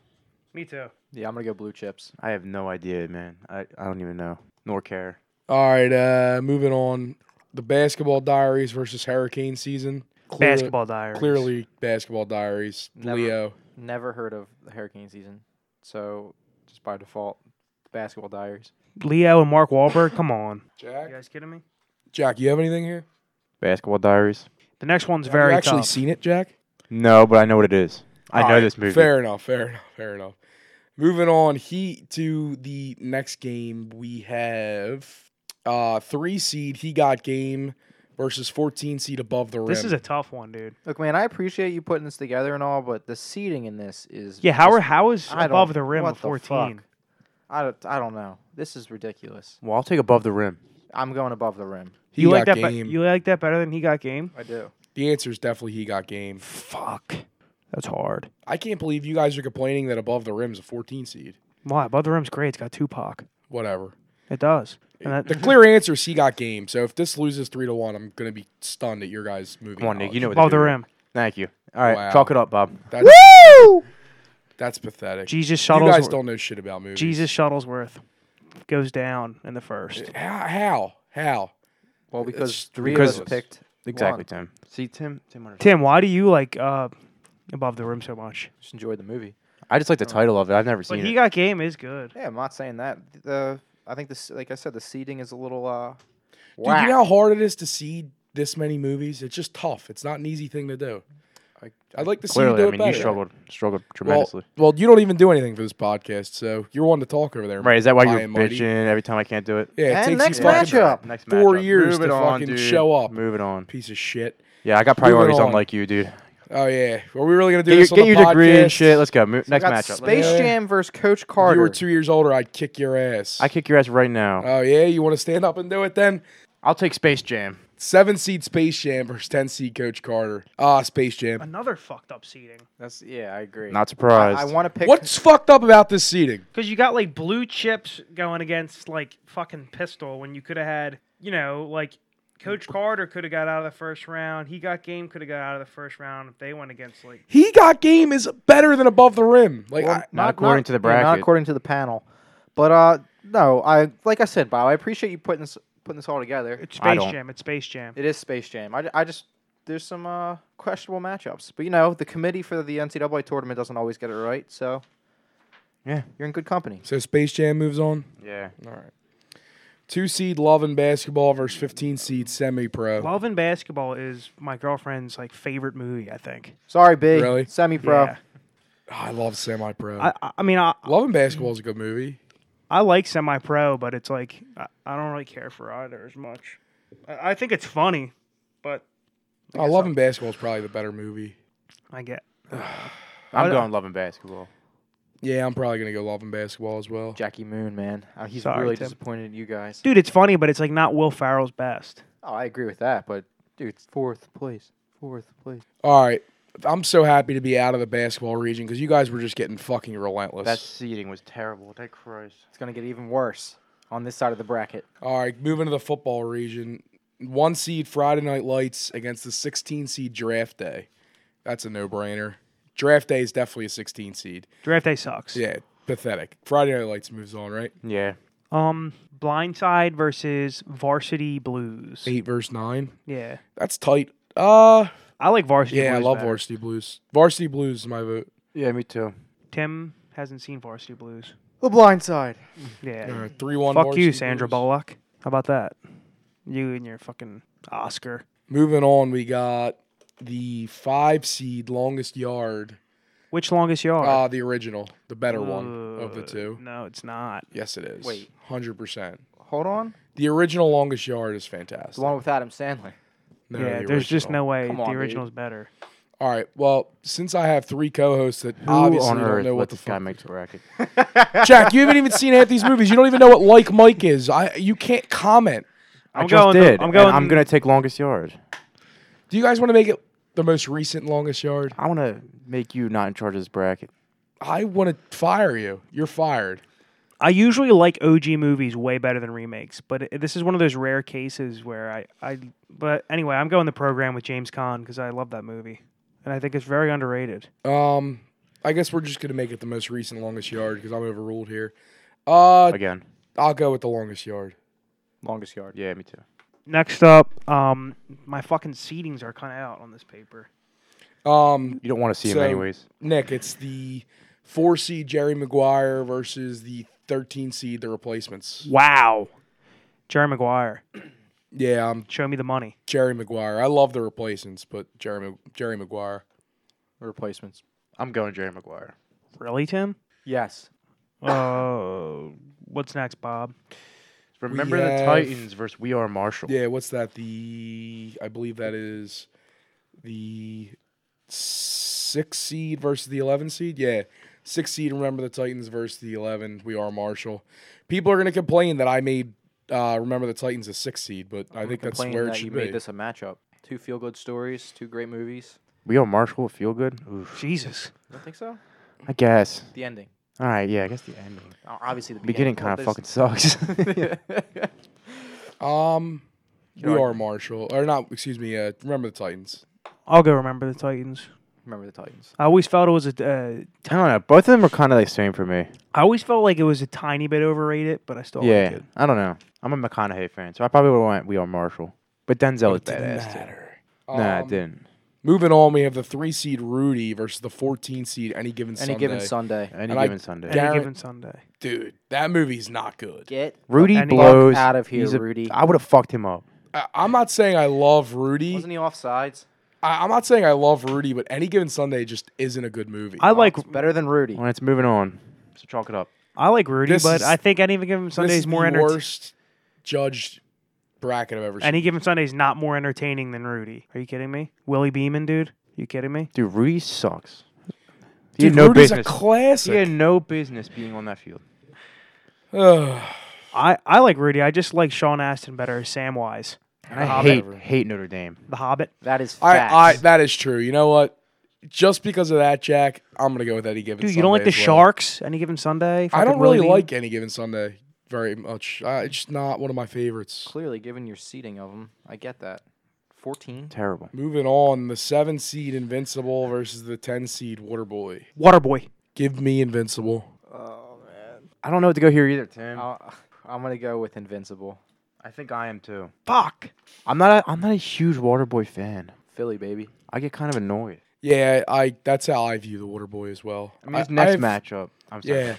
Speaker 2: Me too.
Speaker 3: Yeah, I'm gonna go blue chips.
Speaker 4: I have no idea, man. I, I don't even know, nor care.
Speaker 1: All right. Uh, moving on. The Basketball Diaries versus Hurricane Season. Clear-
Speaker 2: Basketball Diaries.
Speaker 1: Clearly, Basketball Diaries.
Speaker 3: Never-
Speaker 1: Leo.
Speaker 3: Never heard of the hurricane season, so just by default, Basketball Diaries.
Speaker 2: Leo and Mark Wahlberg. Come on.
Speaker 1: Jack.
Speaker 2: guys kidding me?
Speaker 1: Jack, you have anything here?
Speaker 4: Basketball Diaries.
Speaker 2: The next one's
Speaker 1: Have
Speaker 2: very
Speaker 1: you actually
Speaker 2: tough.
Speaker 1: seen it, Jack?
Speaker 4: No, but I know what it is. I
Speaker 1: All
Speaker 4: know
Speaker 1: right,
Speaker 4: this movie.
Speaker 1: Fair enough. Fair enough. Fair enough. Moving on, he to the next game. We have uh three seed. He got game versus fourteen seed above the rim.
Speaker 2: this is a tough one, dude.
Speaker 3: Look, man, I appreciate you putting this together and all, but the seating in this is
Speaker 2: Yeah, how
Speaker 3: just-
Speaker 2: are how is
Speaker 3: I don't-
Speaker 2: above the rim
Speaker 3: what
Speaker 2: a fourteen?
Speaker 3: fuck? I don't, I don't know. This is ridiculous.
Speaker 4: Well, I'll take Above the Rim.
Speaker 3: I'm going above the rim.
Speaker 1: he
Speaker 2: you
Speaker 1: got
Speaker 2: like that? be-
Speaker 1: game.
Speaker 2: you like that better than he got game?
Speaker 3: I do.
Speaker 1: the answer is definitely he got game.
Speaker 2: Fuck, that's hard.
Speaker 1: I can't believe you guys are complaining that above the rim's a fourteen seed.
Speaker 2: Why? Above the rim's great. It's got Tupac.
Speaker 1: Whatever.
Speaker 2: It does. And that, (laughs)
Speaker 1: The clear answer is he got game. So if this loses three to one, I'm gonna be stunned at your guys moving.
Speaker 4: Come on, Nick. You know what
Speaker 2: above
Speaker 4: to
Speaker 2: the
Speaker 4: do.
Speaker 2: rim.
Speaker 4: Thank you. All right,
Speaker 1: Wow.
Speaker 4: chalk it up, Bob.
Speaker 1: That's,
Speaker 4: Woo!
Speaker 1: that's pathetic.
Speaker 2: Jesus
Speaker 1: you guys
Speaker 2: Shuttlesworth.
Speaker 1: don't know shit about movies.
Speaker 2: Jesus Shuttlesworth goes down in the first.
Speaker 1: How? How? how?
Speaker 3: Well, because
Speaker 1: It's
Speaker 3: three
Speaker 4: because-
Speaker 3: of us picked
Speaker 4: Exactly,
Speaker 3: one.
Speaker 4: Tim. See, Tim. Tim. understands.
Speaker 2: Tim, why do you like uh, above the rim so much?
Speaker 3: Just enjoyed the movie.
Speaker 4: I just like the title of it. I've never
Speaker 2: But
Speaker 4: seen
Speaker 2: he
Speaker 4: it.
Speaker 2: got game is good.
Speaker 3: Yeah, I'm not saying that. The I think this, like I said, the seating is a little uh.
Speaker 1: Dude, you know how hard it is to seed this many movies. It's just tough. It's not an easy thing to do.
Speaker 3: I-
Speaker 1: I'd like to see you
Speaker 4: Clearly,
Speaker 1: do
Speaker 4: I
Speaker 1: it
Speaker 4: mean,
Speaker 1: better.
Speaker 4: you struggled, struggled
Speaker 1: well,
Speaker 4: tremendously.
Speaker 1: well, you don't even do anything for this podcast, so you're one to talk over there.
Speaker 4: right? Is that why
Speaker 1: high
Speaker 4: you're
Speaker 1: and mighty.
Speaker 4: bitching every time I can't do it?
Speaker 1: Yeah, it
Speaker 3: And
Speaker 1: takes
Speaker 3: next
Speaker 1: you fucking-
Speaker 3: matchup.
Speaker 4: Next
Speaker 1: Four
Speaker 4: matchup.
Speaker 1: years
Speaker 4: Move
Speaker 1: to
Speaker 4: it on,
Speaker 1: fucking
Speaker 4: dude.
Speaker 1: show up.
Speaker 4: Move it on.
Speaker 1: Piece of shit.
Speaker 4: Yeah, I got priorities
Speaker 1: on.
Speaker 4: on like you, dude.
Speaker 1: Oh yeah, are we really gonna do
Speaker 4: Get your,
Speaker 1: this on
Speaker 4: get
Speaker 1: the
Speaker 4: your degree
Speaker 1: podcast?
Speaker 4: and shit. Let's go. Move,
Speaker 3: I
Speaker 4: next
Speaker 3: got
Speaker 4: matchup.
Speaker 3: Space
Speaker 1: Yeah.
Speaker 3: Jam versus Coach
Speaker 1: If you
Speaker 3: Carter.
Speaker 1: were two years older, I'd kick your ass.
Speaker 4: I kick your ass right now.
Speaker 1: oh yeah, you want to stand up and do it then?
Speaker 4: I'll take Space Jam.
Speaker 1: Seven seed Space Jam versus ten seed Coach Carter. Ah, Space Jam.
Speaker 2: Another fucked up seating.
Speaker 3: That's yeah, I agree. I,
Speaker 4: Not surprised.
Speaker 3: I want to pick.
Speaker 1: What's fucked up about this seating?
Speaker 2: Because you got like blue chips going against like fucking pistol when you could have had, you know, like Coach Carter could have got out of the first round. He got game could have got out of the first round if they went against like
Speaker 1: He got game is better than above the rim. Like
Speaker 3: Well,
Speaker 1: I,
Speaker 4: not according to the
Speaker 3: yeah, not
Speaker 4: bracket.
Speaker 3: according to the panel. But uh, no, I like I said, Bob. I appreciate you putting this putting this all together.
Speaker 2: it's
Speaker 4: I
Speaker 2: Space
Speaker 4: don't-
Speaker 2: Jam. It's Space Jam.
Speaker 3: It is Space Jam. I, I just there's some uh, questionable matchups, but you know the committee for the NCAA tournament doesn't always get it right, so
Speaker 4: Yeah.
Speaker 3: you're in good company.
Speaker 1: so Space Jam moves on.
Speaker 4: Yeah.
Speaker 1: All right. Two seed Love and Basketball versus fifteen seed Semi Pro.
Speaker 2: Love and Basketball is my girlfriend's like favorite movie. I think.
Speaker 3: Sorry, B.
Speaker 1: Really?
Speaker 3: Semi pro.
Speaker 2: Yeah.
Speaker 1: I love Semi Pro.
Speaker 2: I I- I mean I
Speaker 1: Love and Basketball is a good movie.
Speaker 2: I like semi pro, but it's like I, I don't really care for either as much. I, I think it's funny, but
Speaker 1: I Uh, Love and Basketball is probably the better movie.
Speaker 2: I get
Speaker 4: I'm
Speaker 2: I-
Speaker 4: going loving basketball.
Speaker 1: Yeah, I'm probably gonna go Love and Basketball as well.
Speaker 3: Jackie Moon, man, Uh, he's
Speaker 2: Sorry,
Speaker 3: really
Speaker 2: Tim.
Speaker 3: disappointed in you guys.
Speaker 2: dude, it's funny, but it's like not Will Farrell's best.
Speaker 3: Oh, I agree with that, but dude, it's fourth place, fourth place.
Speaker 1: All right. I'm so happy to be out of the basketball region because you guys were just getting fucking relentless.
Speaker 4: That seating was terrible. Thank Christ.
Speaker 3: It's gonna get even worse on this side of the bracket.
Speaker 1: All right, moving to the football region. One seed Friday Night Lights against the 16 seed Draft Day. That's a no brainer. Draft Day is definitely a 16 seed.
Speaker 2: Draft Day sucks.
Speaker 1: Yeah, pathetic. Friday Night Lights moves on, right?
Speaker 4: Yeah.
Speaker 2: Um, Blindside versus Varsity Blues.
Speaker 1: Eight verse nine.
Speaker 2: Yeah,
Speaker 1: That's tight. Uh,
Speaker 2: I like Varsity.
Speaker 1: yeah, I
Speaker 2: Blues
Speaker 1: love
Speaker 2: better.
Speaker 1: Varsity Blues. Varsity Blues is my vote.
Speaker 4: Yeah, me too.
Speaker 2: Tim hasn't seen Varsity Blues.
Speaker 3: The blind side.
Speaker 2: Yeah.
Speaker 1: All right, three one.
Speaker 2: Fuck you, Sandra Bullock. How about that? You and your fucking Oscar.
Speaker 1: Moving on, we got the five seed longest yard.
Speaker 2: Which longest yard?
Speaker 1: Ah, the original, the better one of the
Speaker 2: Uh,
Speaker 1: two.
Speaker 2: No, it's not.
Speaker 1: Yes, it is.
Speaker 3: Wait.
Speaker 1: hundred percent.
Speaker 3: Hold on,
Speaker 1: The original longest yard is fantastic.
Speaker 3: the one with Adam Sandler.
Speaker 1: No,
Speaker 2: yeah,
Speaker 1: the
Speaker 2: there's just no
Speaker 1: original.
Speaker 2: way
Speaker 3: Come
Speaker 2: the
Speaker 3: on, dude.
Speaker 2: original's better.
Speaker 1: All right. Well, since I have three co-hosts that
Speaker 4: Who
Speaker 1: obviously
Speaker 4: on
Speaker 1: don't
Speaker 4: earth
Speaker 1: know
Speaker 4: let
Speaker 1: what the
Speaker 4: this guy
Speaker 1: fuck,
Speaker 4: make
Speaker 1: (laughs)
Speaker 4: the bracket?
Speaker 1: Jack, you haven't even seen half these movies. You don't even know what Like Mike is. I you can't comment.
Speaker 2: I'm
Speaker 4: I just
Speaker 2: going-
Speaker 4: did.
Speaker 2: I'm
Speaker 4: I'm going.
Speaker 2: going-
Speaker 4: I'm gonna take longest yard.
Speaker 1: Do you guys want to make it the most recent longest yard?
Speaker 4: I want to make you not in charge of this bracket.
Speaker 1: I want to fire you. You're fired.
Speaker 2: I usually like OG movies way better than remakes, but it, this is one of those rare cases where I, I. But anyway, I'm going the program with James Caan because I love that movie, and I think it's very underrated.
Speaker 1: Um, I guess we're just gonna make it the most recent longest yard because I'm overruled here. Uh,
Speaker 4: Again.
Speaker 1: I'll go with the longest yard.
Speaker 3: Longest yard.
Speaker 4: Yeah, me too.
Speaker 2: Next up, um, my fucking seedings are kind of out on this paper.
Speaker 1: Um,
Speaker 4: You don't want to see
Speaker 1: So-
Speaker 4: him anyways.
Speaker 1: Nick, it's the four seed Jerry Maguire versus the 13 seed the replacements.
Speaker 2: Wow, Jerry Maguire,
Speaker 1: Yeah, I'm
Speaker 2: show me the money.
Speaker 1: Jerry Maguire. I love the replacements, but Jerry Jerry Maguire.
Speaker 3: Replacements.
Speaker 4: I'm going Jerry Maguire.
Speaker 2: Really, Tim?
Speaker 3: Yes.
Speaker 2: Oh, what's next, Bob?
Speaker 4: Remember
Speaker 1: have-
Speaker 4: the Titans versus We Are Marshall.
Speaker 1: Yeah, what's that? The I believe that is the six seed versus the 11 seed. Yeah. Six seed. Remember the Titans versus the 11. We are Marshall. People are going to complain that I made uh, remember the Titans a six seed, but i think that's
Speaker 3: Complaining
Speaker 1: where it
Speaker 3: that
Speaker 1: should
Speaker 3: you
Speaker 1: be.
Speaker 3: made this a matchup. Two feel good stories, two great movies.
Speaker 4: We Are Marshall feel good. Oof.
Speaker 2: Jesus,
Speaker 3: You don't think so?
Speaker 4: I guess.
Speaker 3: The ending.
Speaker 4: All right. Yeah, I guess the ending.
Speaker 3: O- Obviously, the
Speaker 4: Beginning
Speaker 3: beginning.
Speaker 4: kind of
Speaker 3: Well,
Speaker 4: fucking sucks. (laughs)
Speaker 3: there's-
Speaker 1: Um, we
Speaker 4: know, I-
Speaker 1: are Marshall, or not? Excuse me. Uh, remember the Titans.
Speaker 2: I'll go. Remember the Titans.
Speaker 3: (laughs) Remember the Titans.
Speaker 2: I always felt it was a. Uh,
Speaker 4: I don't know. Both of them are kind of the same for me.
Speaker 2: I always felt like it was a tiny bit overrated, but I still
Speaker 4: yeah.
Speaker 2: like it.
Speaker 4: I don't know. I'm a McConaughey fan, so I probably would have went We Are Marshall. But Denzel was
Speaker 1: Didn't
Speaker 4: badass. Too.
Speaker 1: matter.
Speaker 4: Nah, it
Speaker 1: Um,
Speaker 4: didn't.
Speaker 1: Moving on, we have the three seed Rudy versus the 14 seed any given
Speaker 3: Any
Speaker 1: Sunday.
Speaker 3: given Sunday.
Speaker 4: Any
Speaker 1: and I-
Speaker 4: given Sunday.
Speaker 2: Any
Speaker 1: Garrett-
Speaker 2: given Sunday.
Speaker 1: Dude, that movie's not good.
Speaker 3: Get
Speaker 4: Rudy
Speaker 2: Any-
Speaker 4: blows
Speaker 3: Fuck outta here,
Speaker 4: He's a-
Speaker 3: Rudy.
Speaker 4: I would have fucked him up.
Speaker 1: I- I'm not saying I love Rudy.
Speaker 3: Wasn't he offsides?
Speaker 1: I, I'm not saying I love Rudy, but any given Sunday just isn't a good movie.
Speaker 2: I like
Speaker 3: It's better than Rudy.
Speaker 4: When it's moving on, so chalk it up.
Speaker 2: I like Rudy,
Speaker 1: This
Speaker 2: but
Speaker 1: is-
Speaker 2: I think any given Sunday
Speaker 1: this
Speaker 2: is more
Speaker 1: the
Speaker 2: entertaining.
Speaker 1: worst judged bracket I've ever seen.
Speaker 2: Any given Sunday is not more entertaining than Rudy. Are you kidding me? Willie Beeman, dude. You kidding me?
Speaker 4: Dude, Rudy sucks. He
Speaker 1: Dude,
Speaker 4: had no
Speaker 1: Rudy's
Speaker 4: business.
Speaker 1: a classic.
Speaker 4: he had no business being on that field.
Speaker 1: Ugh.
Speaker 2: I, I like Rudy. I just like Sean Astin better as Samwise,
Speaker 4: And I
Speaker 2: Hobbit.
Speaker 4: hate hate Notre Dame.
Speaker 2: the Hobbit.
Speaker 3: That is
Speaker 1: I, I
Speaker 3: facts.
Speaker 1: that is true. You know what? Just because of that, Jack, I'm gonna go with any given.
Speaker 2: Dude, you don't like the
Speaker 1: Sunday as well.
Speaker 2: Sharks any given Sunday?
Speaker 1: I don't
Speaker 2: Fucking Willie
Speaker 1: really
Speaker 2: Beeman.
Speaker 1: like any given Sunday very much. Uh, it's just not one of my favorites.
Speaker 3: Clearly, given your seating of them, I get that. 14?
Speaker 4: Terrible.
Speaker 1: Moving on, the seven seed Invincible versus the ten seed Waterboy.
Speaker 2: Waterboy.
Speaker 1: Give me Invincible.
Speaker 3: Oh, man.
Speaker 4: I don't know what to go here either, Tim.
Speaker 3: I'll, (sighs) I'm going to go with Invincible.
Speaker 4: Uh, I think I am too.
Speaker 2: Fuck.
Speaker 4: I'm not. A, I'm not a huge Waterboy fan.
Speaker 3: Philly, baby.
Speaker 4: I get kind of annoyed.
Speaker 1: Yeah, I. That's how I view the Waterboy as well.
Speaker 4: I mean, this next
Speaker 1: I've-
Speaker 4: matchup. I'm sorry.
Speaker 1: Yeah.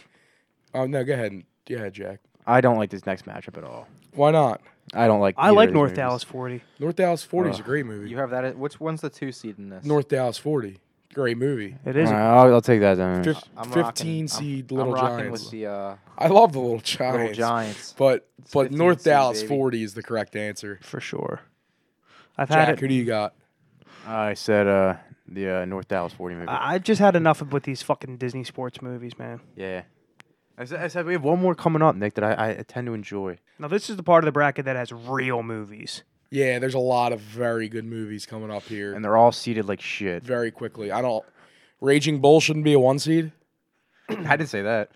Speaker 1: Oh no, go ahead. Yeah, Jack.
Speaker 4: I don't like this next matchup at all.
Speaker 1: Why not?
Speaker 4: I don't like.
Speaker 2: I
Speaker 4: either
Speaker 2: like
Speaker 4: of these
Speaker 2: North
Speaker 4: movies.
Speaker 2: Dallas 40.
Speaker 1: North Dallas Forty is a
Speaker 4: Ugh.
Speaker 1: great movie.
Speaker 3: You have that. At, which one's the two seed in this?
Speaker 1: North Dallas Forty, great movie.
Speaker 2: It
Speaker 4: All
Speaker 2: is.
Speaker 4: right, I'll, I'll take that. Then.
Speaker 1: Fif-
Speaker 3: I'm rocking-
Speaker 1: 15 seed
Speaker 3: I'm,
Speaker 1: Little
Speaker 3: I'm rocking
Speaker 1: Giants.
Speaker 3: with the uh,
Speaker 1: I love the Little Giants.
Speaker 3: Little Giants.
Speaker 1: But but
Speaker 3: 15
Speaker 1: North
Speaker 3: seed,
Speaker 1: Dallas
Speaker 3: baby.
Speaker 1: 40 is the correct answer.
Speaker 2: For sure. I've had
Speaker 1: Jack,
Speaker 2: it.
Speaker 1: who do you got?
Speaker 4: I said uh, the uh, North Dallas 40 movie.
Speaker 2: I- I've just had enough of with these fucking Disney sports movies, man.
Speaker 4: yeah. I said, I said we have one more coming up, Nick, that I, I tend to enjoy.
Speaker 2: Now this is the part of the bracket that has real movies.
Speaker 1: Yeah, there's a lot of very good movies coming up here
Speaker 4: And they're all seated like
Speaker 2: (clears throat)
Speaker 4: shit.
Speaker 1: very quickly. I don't. Raging Bull shouldn't be a one seed.
Speaker 4: I didn't say that.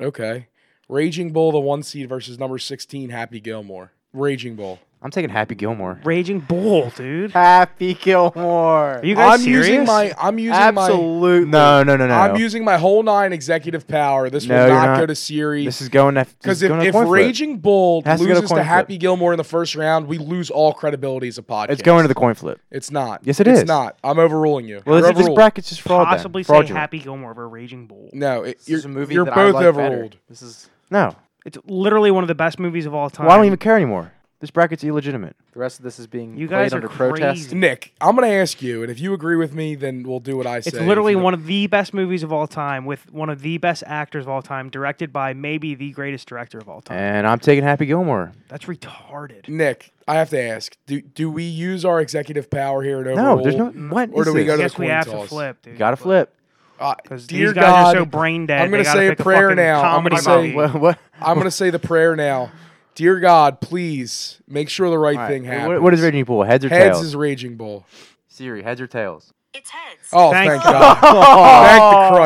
Speaker 1: Okay. Raging Bull, the one seed versus number 16, Happy Gilmore. Raging Bull.
Speaker 4: I'm taking Happy Gilmore.
Speaker 2: Raging Bull, dude. Are
Speaker 4: Happy Gilmore.
Speaker 2: you guys
Speaker 1: I'm
Speaker 2: serious?
Speaker 1: using my. I'm using my.
Speaker 4: Absolutely. No, no, no, no.
Speaker 1: I'm
Speaker 4: no.
Speaker 1: using my whole nine executive power. This
Speaker 4: No,
Speaker 1: will
Speaker 4: you're
Speaker 1: not,
Speaker 4: not.
Speaker 1: go to series.
Speaker 4: This is going after.
Speaker 1: Because if, if
Speaker 4: flip.
Speaker 1: Raging Bull
Speaker 4: Has to go to
Speaker 1: loses to,
Speaker 4: coin flip.
Speaker 1: Happy Gilmore in the first round, we lose all credibility as a podcast.
Speaker 4: it's going to the coin flip.
Speaker 1: It's not.
Speaker 4: Yes, it
Speaker 1: it's
Speaker 4: is.
Speaker 1: not. I'm overruling you.
Speaker 4: Well,
Speaker 1: You're
Speaker 4: this, this
Speaker 1: overruled.
Speaker 4: bracket's just fraud. then.
Speaker 2: possibly say
Speaker 4: Fraudulent.
Speaker 2: Happy Gilmore over Raging Bull.
Speaker 1: No, it,
Speaker 3: This
Speaker 1: you're,
Speaker 3: is a movie
Speaker 1: you're
Speaker 3: that
Speaker 1: both
Speaker 3: I like
Speaker 1: overruled.
Speaker 3: Better. This is
Speaker 4: No.
Speaker 2: It's literally one of the best movies of all time.
Speaker 4: Well, I don't even care anymore. This bracket's illegitimate.
Speaker 3: the rest of this is being
Speaker 2: You
Speaker 3: played
Speaker 2: guys are
Speaker 3: under protest.
Speaker 2: crazy.
Speaker 1: Nick, I'm going to ask you, and if you agree with me, then we'll do what I say.
Speaker 2: It's literally
Speaker 1: If you
Speaker 2: one of the best movies of all time with one of the best actors of all time, directed by maybe the greatest director of all time.
Speaker 1: Eh.
Speaker 4: And I'm taking Happy Gilmore.
Speaker 2: That's retarded.
Speaker 1: don't- Nick, I have to ask: Do do we use our executive power here at overrule?
Speaker 4: No, there's no. What?
Speaker 1: Or
Speaker 4: is
Speaker 1: do we
Speaker 4: this?
Speaker 1: go to-
Speaker 2: Yes, we
Speaker 1: coin
Speaker 2: have to
Speaker 1: toss.
Speaker 2: flip, dude.
Speaker 4: You gotta flip.
Speaker 1: Uh,
Speaker 2: Because
Speaker 1: dear
Speaker 2: these guys
Speaker 1: God,
Speaker 2: are so brain dead.
Speaker 1: I'm gonna
Speaker 2: they gotta
Speaker 1: say
Speaker 2: pick
Speaker 1: a prayer
Speaker 2: fucking
Speaker 1: now. I'm
Speaker 2: comedy
Speaker 1: gonna say-
Speaker 2: movie.
Speaker 1: Well,
Speaker 4: What? what?
Speaker 1: I'm going to say the prayer now. Dear God, please make sure the right
Speaker 4: All right,
Speaker 1: thing happens.
Speaker 4: what, what is Raging Bull? Heads or
Speaker 1: Heads
Speaker 4: tails?
Speaker 1: is Raging Bull.
Speaker 4: Siri, heads or tails?
Speaker 5: It's heads.
Speaker 1: Oh,
Speaker 2: Thank
Speaker 1: thank
Speaker 2: you.
Speaker 1: God.
Speaker 2: (laughs)
Speaker 4: Oh.
Speaker 1: Thank the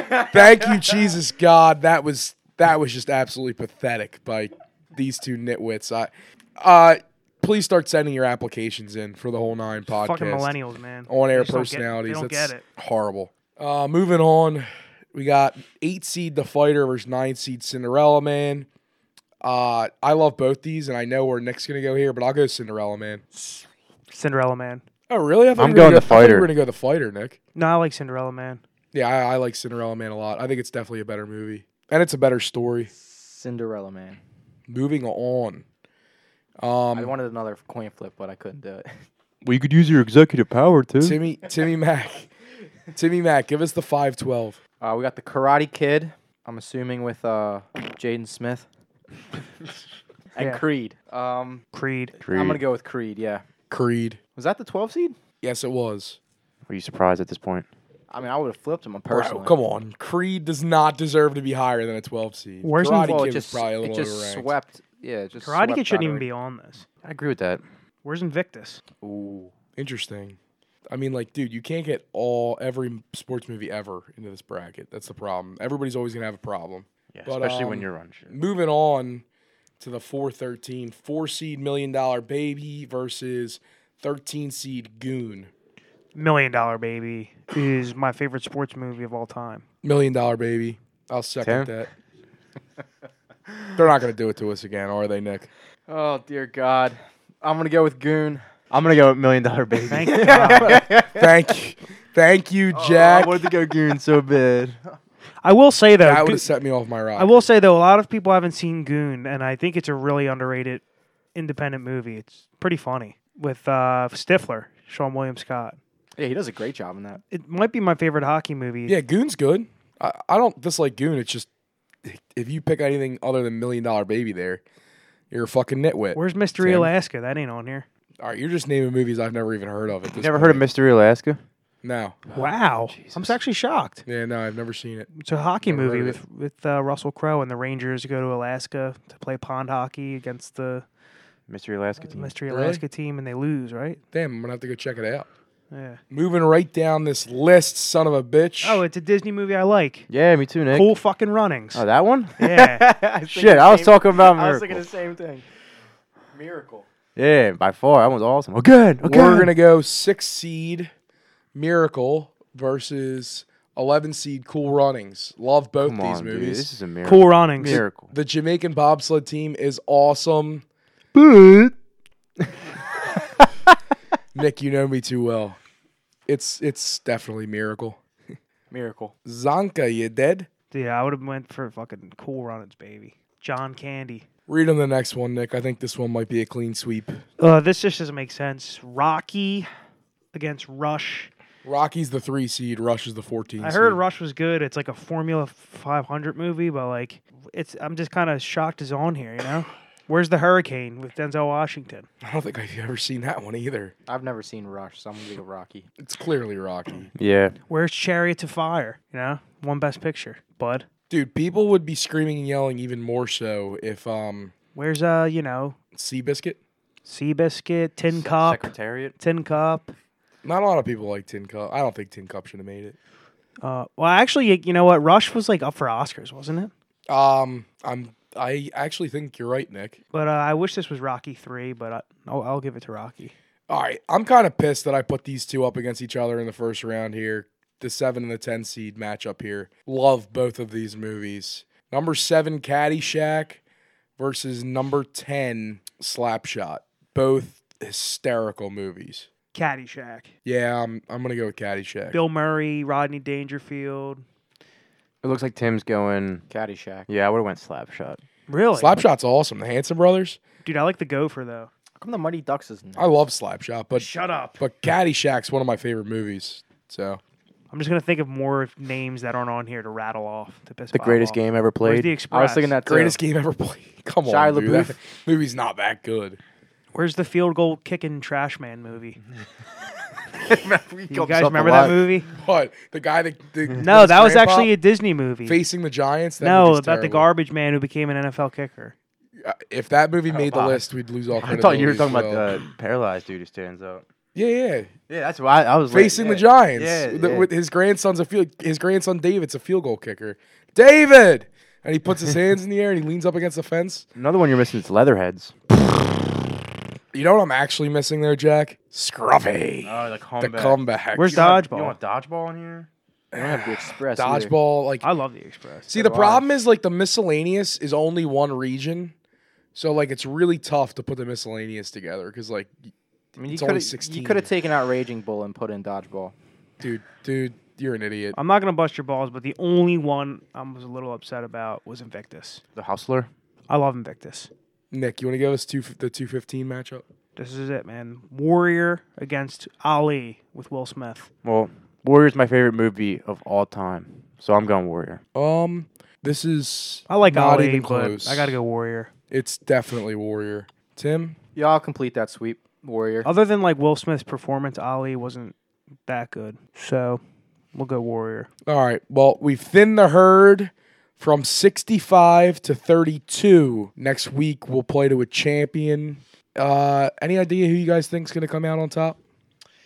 Speaker 1: Christ. Thank you, Jesus God. That was that was just absolutely pathetic by these two nitwits. I, uh, please start sending your applications in for the whole nine podcast.
Speaker 2: fucking millennials, man.
Speaker 1: On air
Speaker 2: They just don't get- they
Speaker 1: personalities.
Speaker 2: don't
Speaker 1: That's
Speaker 2: get it.
Speaker 1: horrible. Uh, moving on, we got eight seed the fighter versus nine seed Cinderella Man. Uh, I love both these, and I know where Nick's gonna go here, but I'll go Cinderella Man.
Speaker 2: Cinderella Man.
Speaker 1: Oh, really? I thought
Speaker 4: I'm
Speaker 1: you were
Speaker 4: going
Speaker 1: gonna
Speaker 4: the
Speaker 1: go- I thought you
Speaker 4: fighter.
Speaker 1: We're gonna go the fighter, Nick.
Speaker 2: No, I like Cinderella Man.
Speaker 1: Yeah, I, I like Cinderella Man a lot. I think it's definitely a better movie, and it's a better story.
Speaker 3: Cinderella Man.
Speaker 1: Moving on,
Speaker 3: I
Speaker 1: um,
Speaker 3: wanted another coin flip, but I couldn't do it. (laughs)
Speaker 4: Well, you could use your executive power too.
Speaker 1: Timmy Timmy Mac, (laughs) Timmy Mac, give us the five twelve.
Speaker 3: Uh, we got the Karate Kid. I'm assuming with uh, Jaden
Speaker 2: (laughs)
Speaker 3: Smith and
Speaker 2: Yeah.
Speaker 3: Creed. Um,
Speaker 2: Creed.
Speaker 3: I'm gonna go with Creed. Yeah.
Speaker 1: Creed.
Speaker 3: Was that the 12 seed?
Speaker 1: Yes, it was.
Speaker 4: Are you surprised at this point?
Speaker 3: I mean, I would have flipped him uh,
Speaker 1: Bro,
Speaker 3: personally.
Speaker 1: come on, Creed does not deserve to be higher than a twelve seed.
Speaker 2: Where's
Speaker 1: Karate
Speaker 3: Well,
Speaker 1: Kid was
Speaker 3: it just,
Speaker 1: probably a
Speaker 3: it
Speaker 1: little
Speaker 3: just
Speaker 1: overranked.
Speaker 3: swept. Yeah, it just
Speaker 2: Karate
Speaker 3: swept
Speaker 2: Kid shouldn't even
Speaker 3: out of it.
Speaker 2: be on this.
Speaker 4: I agree with that.
Speaker 2: Where's Invictus?
Speaker 3: Ooh.
Speaker 1: Interesting. I mean, like, dude, you can't get all every sports movie ever into this bracket. That's the problem. Everybody's always gonna have a problem.
Speaker 4: Yeah,
Speaker 1: But,
Speaker 4: especially when
Speaker 1: um,
Speaker 4: you're unsure.
Speaker 1: Moving on to the 413, four seed million dollar baby versus 13 seed goon.
Speaker 2: Million Dollar Baby is my favorite sports movie of all time.
Speaker 1: Million dollar baby. I'll second
Speaker 4: Tim?
Speaker 1: that. (laughs) They're not going to do it to us again, are they, Nick?
Speaker 3: Oh dear God. I'm gonna go with Goon.
Speaker 4: I'm gonna go with Million Dollar
Speaker 1: (laughs)
Speaker 4: Baby.
Speaker 2: Thank God.
Speaker 1: Thank you. Thank you,
Speaker 4: I
Speaker 1: Jack.
Speaker 4: wanted to go Goon so bad.
Speaker 2: I will say though,
Speaker 1: that would
Speaker 2: Go-
Speaker 1: have set me off my rock.
Speaker 2: I will say though, a lot of people haven't seen Goon, and I think it's a really underrated independent movie. It's pretty funny with uh, Stifler, Sean William Scott.
Speaker 3: Yeah, he does a great job in that.
Speaker 2: It might be my favorite hockey movie.
Speaker 1: Yeah, Goon's good. I, I don't dislike Goon. It's just if you pick anything other than Million Dollar Baby, there, you're a fucking nitwit.
Speaker 2: Where's Mystery
Speaker 1: Same.
Speaker 2: Alaska? That ain't on here.
Speaker 1: All right, you're just naming movies I've never even heard of. At this
Speaker 4: Never heard of Mystery Alaska?
Speaker 1: No.
Speaker 2: Wow, I'm actually shocked.
Speaker 1: Yeah, no, I've never seen it.
Speaker 2: It's a hockey
Speaker 1: Never
Speaker 2: movie
Speaker 1: heard of
Speaker 2: with with uh, Russell Crowe and the Rangers go to Alaska to play pond hockey against the
Speaker 4: Mystery Alaska team.
Speaker 2: Mystery
Speaker 1: Really?
Speaker 2: Alaska team, and they lose, right?
Speaker 1: Damn, I'm gonna have to go check it out.
Speaker 2: Yeah.
Speaker 1: Moving right down this list, son of a bitch.
Speaker 2: (laughs) Oh, it's a Disney movie I like.
Speaker 4: Yeah, me too, Nick.
Speaker 2: Cool fucking runnings.
Speaker 4: Oh, that one?
Speaker 2: yeah. (laughs)
Speaker 4: Shit, I was talking about
Speaker 3: I was thinking
Speaker 4: Miracle.
Speaker 3: the same thing. Miracle.
Speaker 4: Yeah, by far, that was awesome. Oh, good. Okay.
Speaker 1: We're gonna go six seed Miracle versus eleven seed Cool Runnings. Love both
Speaker 4: Come
Speaker 1: these
Speaker 4: on, dude.
Speaker 1: movies.
Speaker 4: This is a miracle.
Speaker 2: Cool runnings.
Speaker 4: Miracle.
Speaker 1: the Jamaican bobsled team is awesome. Nick, you know me too well. It's it's definitely Miracle.
Speaker 3: Miracle.
Speaker 1: Zanka, you dead?
Speaker 2: Yeah, I would have went for fucking cool runnings, baby. John Candy.
Speaker 1: Read on the next one, Nick. I think this one might be a clean sweep.
Speaker 2: Uh, this just doesn't make sense. Rocky against Rush.
Speaker 1: Rocky's the three seed. Rush is the fourteen.
Speaker 2: I heard
Speaker 1: seed.
Speaker 2: Rush was good. It's like a Formula 500 movie, but like, it's I'm just kind of shocked it's on here. You know, where's the Hurricane with Denzel Washington?
Speaker 1: I don't think I've ever seen that one either.
Speaker 3: I've never seen Rush, so I'm gonna go (laughs) Rocky.
Speaker 1: It's clearly Rocky.
Speaker 4: Yeah.
Speaker 2: Where's Chariot to Fire? You know, one Best Picture, Bud.
Speaker 1: Dude, people would be screaming and yelling even more so if um
Speaker 2: Where's uh, you know,
Speaker 1: Seabiscuit.
Speaker 2: Seabiscuit, Tin
Speaker 3: Uh,
Speaker 2: Cup,
Speaker 4: Secretariat.
Speaker 2: Tin Cup.
Speaker 1: Not a lot of people like Tin Cup. I don't think Tin Cup should have made it.
Speaker 2: Uh, well, actually, you- you know what? Rush was like up for Oscars, wasn't it?
Speaker 1: Um, I'm I actually think you're right, Nick.
Speaker 2: But uh, I wish this was Rocky three, but I, I'll, I'll give it to Rocky.
Speaker 1: All right, I'm kind of pissed that I put these two up against each other in the first round here. The seven and the ten seed matchup here. Love both of these movies. Number seven, Caddyshack, versus number ten, Slapshot. Both hysterical movies.
Speaker 2: Caddyshack,
Speaker 1: Yeah, I'm I'm gonna go with Caddyshack.
Speaker 2: Bill Murray, Rodney Dangerfield.
Speaker 4: It looks like Tim's going.
Speaker 3: Caddyshack.
Speaker 4: Yeah, I would have went Slapshot.
Speaker 2: Really,
Speaker 1: Slapshot's awesome. The Hanson Brothers.
Speaker 2: dude, I like the Gopher though.
Speaker 3: How come the Mighty Ducks is not?
Speaker 1: I love Slapshot, but
Speaker 2: Shut up.
Speaker 1: but Caddyshack's one of my favorite movies. So
Speaker 2: I'm just gonna think of more names that aren't on here to rattle off. The best.
Speaker 4: The greatest game ever
Speaker 2: Where's
Speaker 4: played.
Speaker 2: the Express?
Speaker 3: I was thinking that too.
Speaker 1: greatest game ever played. (laughs) Come on,
Speaker 3: Shia
Speaker 1: dude, that
Speaker 3: LaBeouf.
Speaker 1: movie's not that good.
Speaker 2: Where's the field goal kicking trash man movie? You
Speaker 4: comes
Speaker 2: guys
Speaker 4: up a
Speaker 2: remember that
Speaker 4: lot. (laughs)
Speaker 2: movie?
Speaker 1: But the guy that the,
Speaker 2: No, that was
Speaker 1: grandpa
Speaker 2: actually a Disney movie.
Speaker 1: facing the Giants. That
Speaker 2: no,
Speaker 1: movie's
Speaker 2: about the
Speaker 1: terrible.
Speaker 2: garbage man who became an NFL kicker.
Speaker 1: Uh, If that movie made the
Speaker 4: wow.
Speaker 1: list, we'd lose all.
Speaker 4: (laughs) I thought you were
Speaker 1: credibility
Speaker 4: talking
Speaker 1: as
Speaker 4: about
Speaker 1: well.
Speaker 4: the paralyzed dude who stands up.
Speaker 1: yeah, yeah.
Speaker 4: Yeah, that's why I was
Speaker 1: Facing the Giants. The- With his grandson's a field. His grandson David's a field goal kicker. David, and he puts his hands in the air and he leans up against the fence.
Speaker 4: Another one you're missing is Leatherheads.
Speaker 1: You know what I'm actually missing there, Jack? Scruffy.
Speaker 4: Oh,
Speaker 1: the
Speaker 4: the comeback.
Speaker 1: comeback.
Speaker 2: Where's
Speaker 4: You want-
Speaker 2: dodgeball?
Speaker 4: You want dodgeball in here?
Speaker 3: I don't have the Express. either.
Speaker 1: dodgeball? Like,
Speaker 2: I love the Express.
Speaker 1: see, the
Speaker 3: so do I.
Speaker 1: problem is like the miscellaneous is only one region, so like it's really tough to put the miscellaneous together because like,
Speaker 3: I mean, you
Speaker 1: It's only
Speaker 3: coulda-
Speaker 1: 16.
Speaker 3: You could have taken out Raging Bull and put in Dodgeball.
Speaker 1: dude, dude, you're an idiot.
Speaker 2: I'm not gonna bust your balls, but the only one I was a little upset about was Invictus.
Speaker 4: The Hustler.
Speaker 2: I love Invictus.
Speaker 1: Nick, you want to give us two the two fifteen matchup?
Speaker 2: This is it, man. Warrior against Ali with Will Smith.
Speaker 4: Well, Warrior's my favorite movie of all time, so I'm going Warrior.
Speaker 1: Um, this is
Speaker 2: I like
Speaker 1: not
Speaker 2: Ali,
Speaker 1: even
Speaker 2: but
Speaker 1: close.
Speaker 2: I gotta go Warrior.
Speaker 1: It's definitely Warrior. Tim,
Speaker 3: Yeah, I'll complete that sweep, Warrior.
Speaker 2: Other than like Will Smith's performance, Ali wasn't that good. So we'll go Warrior.
Speaker 1: All right. Well, we've thinned the herd from 65 to 32. Next week, we'll play to a champion. Uh, any idea who you guys think's going to come out on top?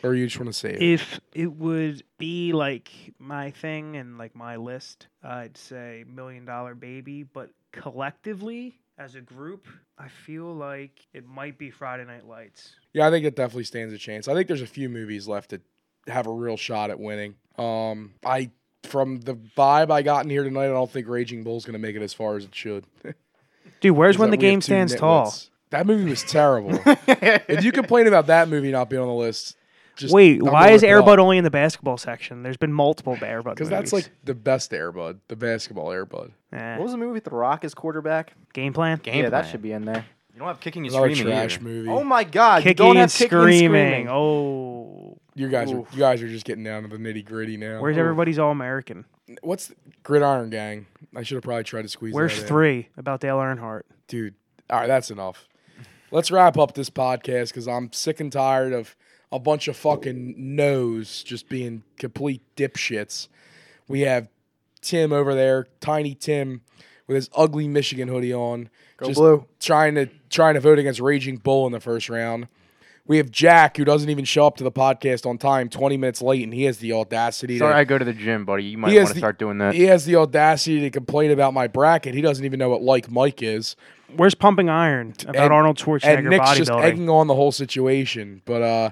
Speaker 1: Or you just want to say it?
Speaker 2: If it would be like my thing and like my list, I'd say Million Dollar Baby. But collectively, as a group, I feel like it might be Friday Night Lights.
Speaker 1: Yeah, I think it definitely stands a chance. I think there's a few movies left to have a real shot at winning. Um, I from the vibe I got in here tonight, I don't think Raging Bull's going to make it as far as it should.
Speaker 2: Dude, where's
Speaker 1: Is
Speaker 2: when
Speaker 1: that
Speaker 2: the
Speaker 1: we have
Speaker 2: game
Speaker 1: two
Speaker 2: stands tall?
Speaker 1: nitwits. That movie was
Speaker 2: (laughs)
Speaker 1: terrible. if you complain about that movie not being on the list, just
Speaker 2: Wait,
Speaker 1: I'm
Speaker 2: why
Speaker 1: gonna
Speaker 2: is
Speaker 1: look it up.
Speaker 2: Airbud only in the basketball section? There's been multiple Airbud movies.
Speaker 1: Because that's like the best Airbud, the basketball Airbud.
Speaker 2: Eh,
Speaker 3: What was the movie with The Rock as quarterback?
Speaker 2: game plan.
Speaker 4: Game
Speaker 3: yeah,
Speaker 4: plan.
Speaker 3: that should be in there.
Speaker 5: You don't have kicking and
Speaker 1: Another
Speaker 5: screaming
Speaker 1: trash
Speaker 5: either.
Speaker 1: movie.
Speaker 3: Oh my God! you
Speaker 2: Kicking
Speaker 3: don't have
Speaker 2: and
Speaker 3: kicking
Speaker 2: screaming.
Speaker 3: and screaming.
Speaker 2: Oh,
Speaker 1: you guys, are,
Speaker 3: Oof.
Speaker 1: you guys are just getting down to the nitty gritty now.
Speaker 2: where's everybody's all American?
Speaker 1: What's the, Gridiron Gang? I should have probably tried to squeeze.
Speaker 2: Where's
Speaker 1: that in.
Speaker 2: three about Dale Earnhardt?
Speaker 1: dude? All right, that's enough. Let's wrap up this podcast because I'm sick and tired of a bunch of fucking no's just being complete dipshits. We have Tim over there, Tiny Tim, with his ugly Michigan hoodie on,
Speaker 3: Go blue.
Speaker 1: trying to trying to vote against Raging Bull in the first round. We have Jack, who doesn't even show up to the podcast on time, 20 minutes late, and he has the audacity
Speaker 4: Sorry,
Speaker 1: to
Speaker 4: I go to the gym, buddy. You might
Speaker 1: He has
Speaker 4: want to
Speaker 1: the-
Speaker 4: start doing that.
Speaker 1: he has the audacity to complain about my bracket. He doesn't even know what like Mike is.
Speaker 2: Where's Pumping Iron about
Speaker 1: And-
Speaker 2: Arnold
Speaker 1: And
Speaker 2: Schwarzenegger
Speaker 1: Nick's just
Speaker 2: bodybuilding?
Speaker 1: egging on the whole situation. But uh,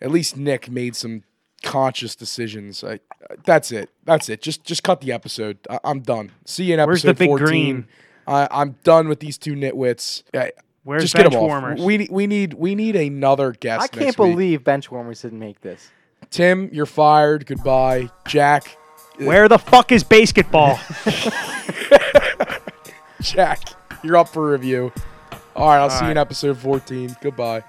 Speaker 1: at least Nick made some conscious decisions. I, that's it. That's it. Just just cut the episode. I, I'm done. See you in episode
Speaker 2: Where's the big
Speaker 1: 14.
Speaker 2: green?
Speaker 1: I, I'm done with these two nitwits. I-
Speaker 2: Where's
Speaker 1: just get them
Speaker 2: Benchwarmers?
Speaker 1: off. We we need we need another guest.
Speaker 3: I can't
Speaker 1: next week.
Speaker 3: believe Benchwarmers didn't make this.
Speaker 1: Tim. You're fired. Goodbye, Jack. (laughs)
Speaker 2: Where the fuck is basketball?
Speaker 1: Jack, you're up for review. All right, I'll see
Speaker 2: right.
Speaker 1: you in episode 14. Goodbye.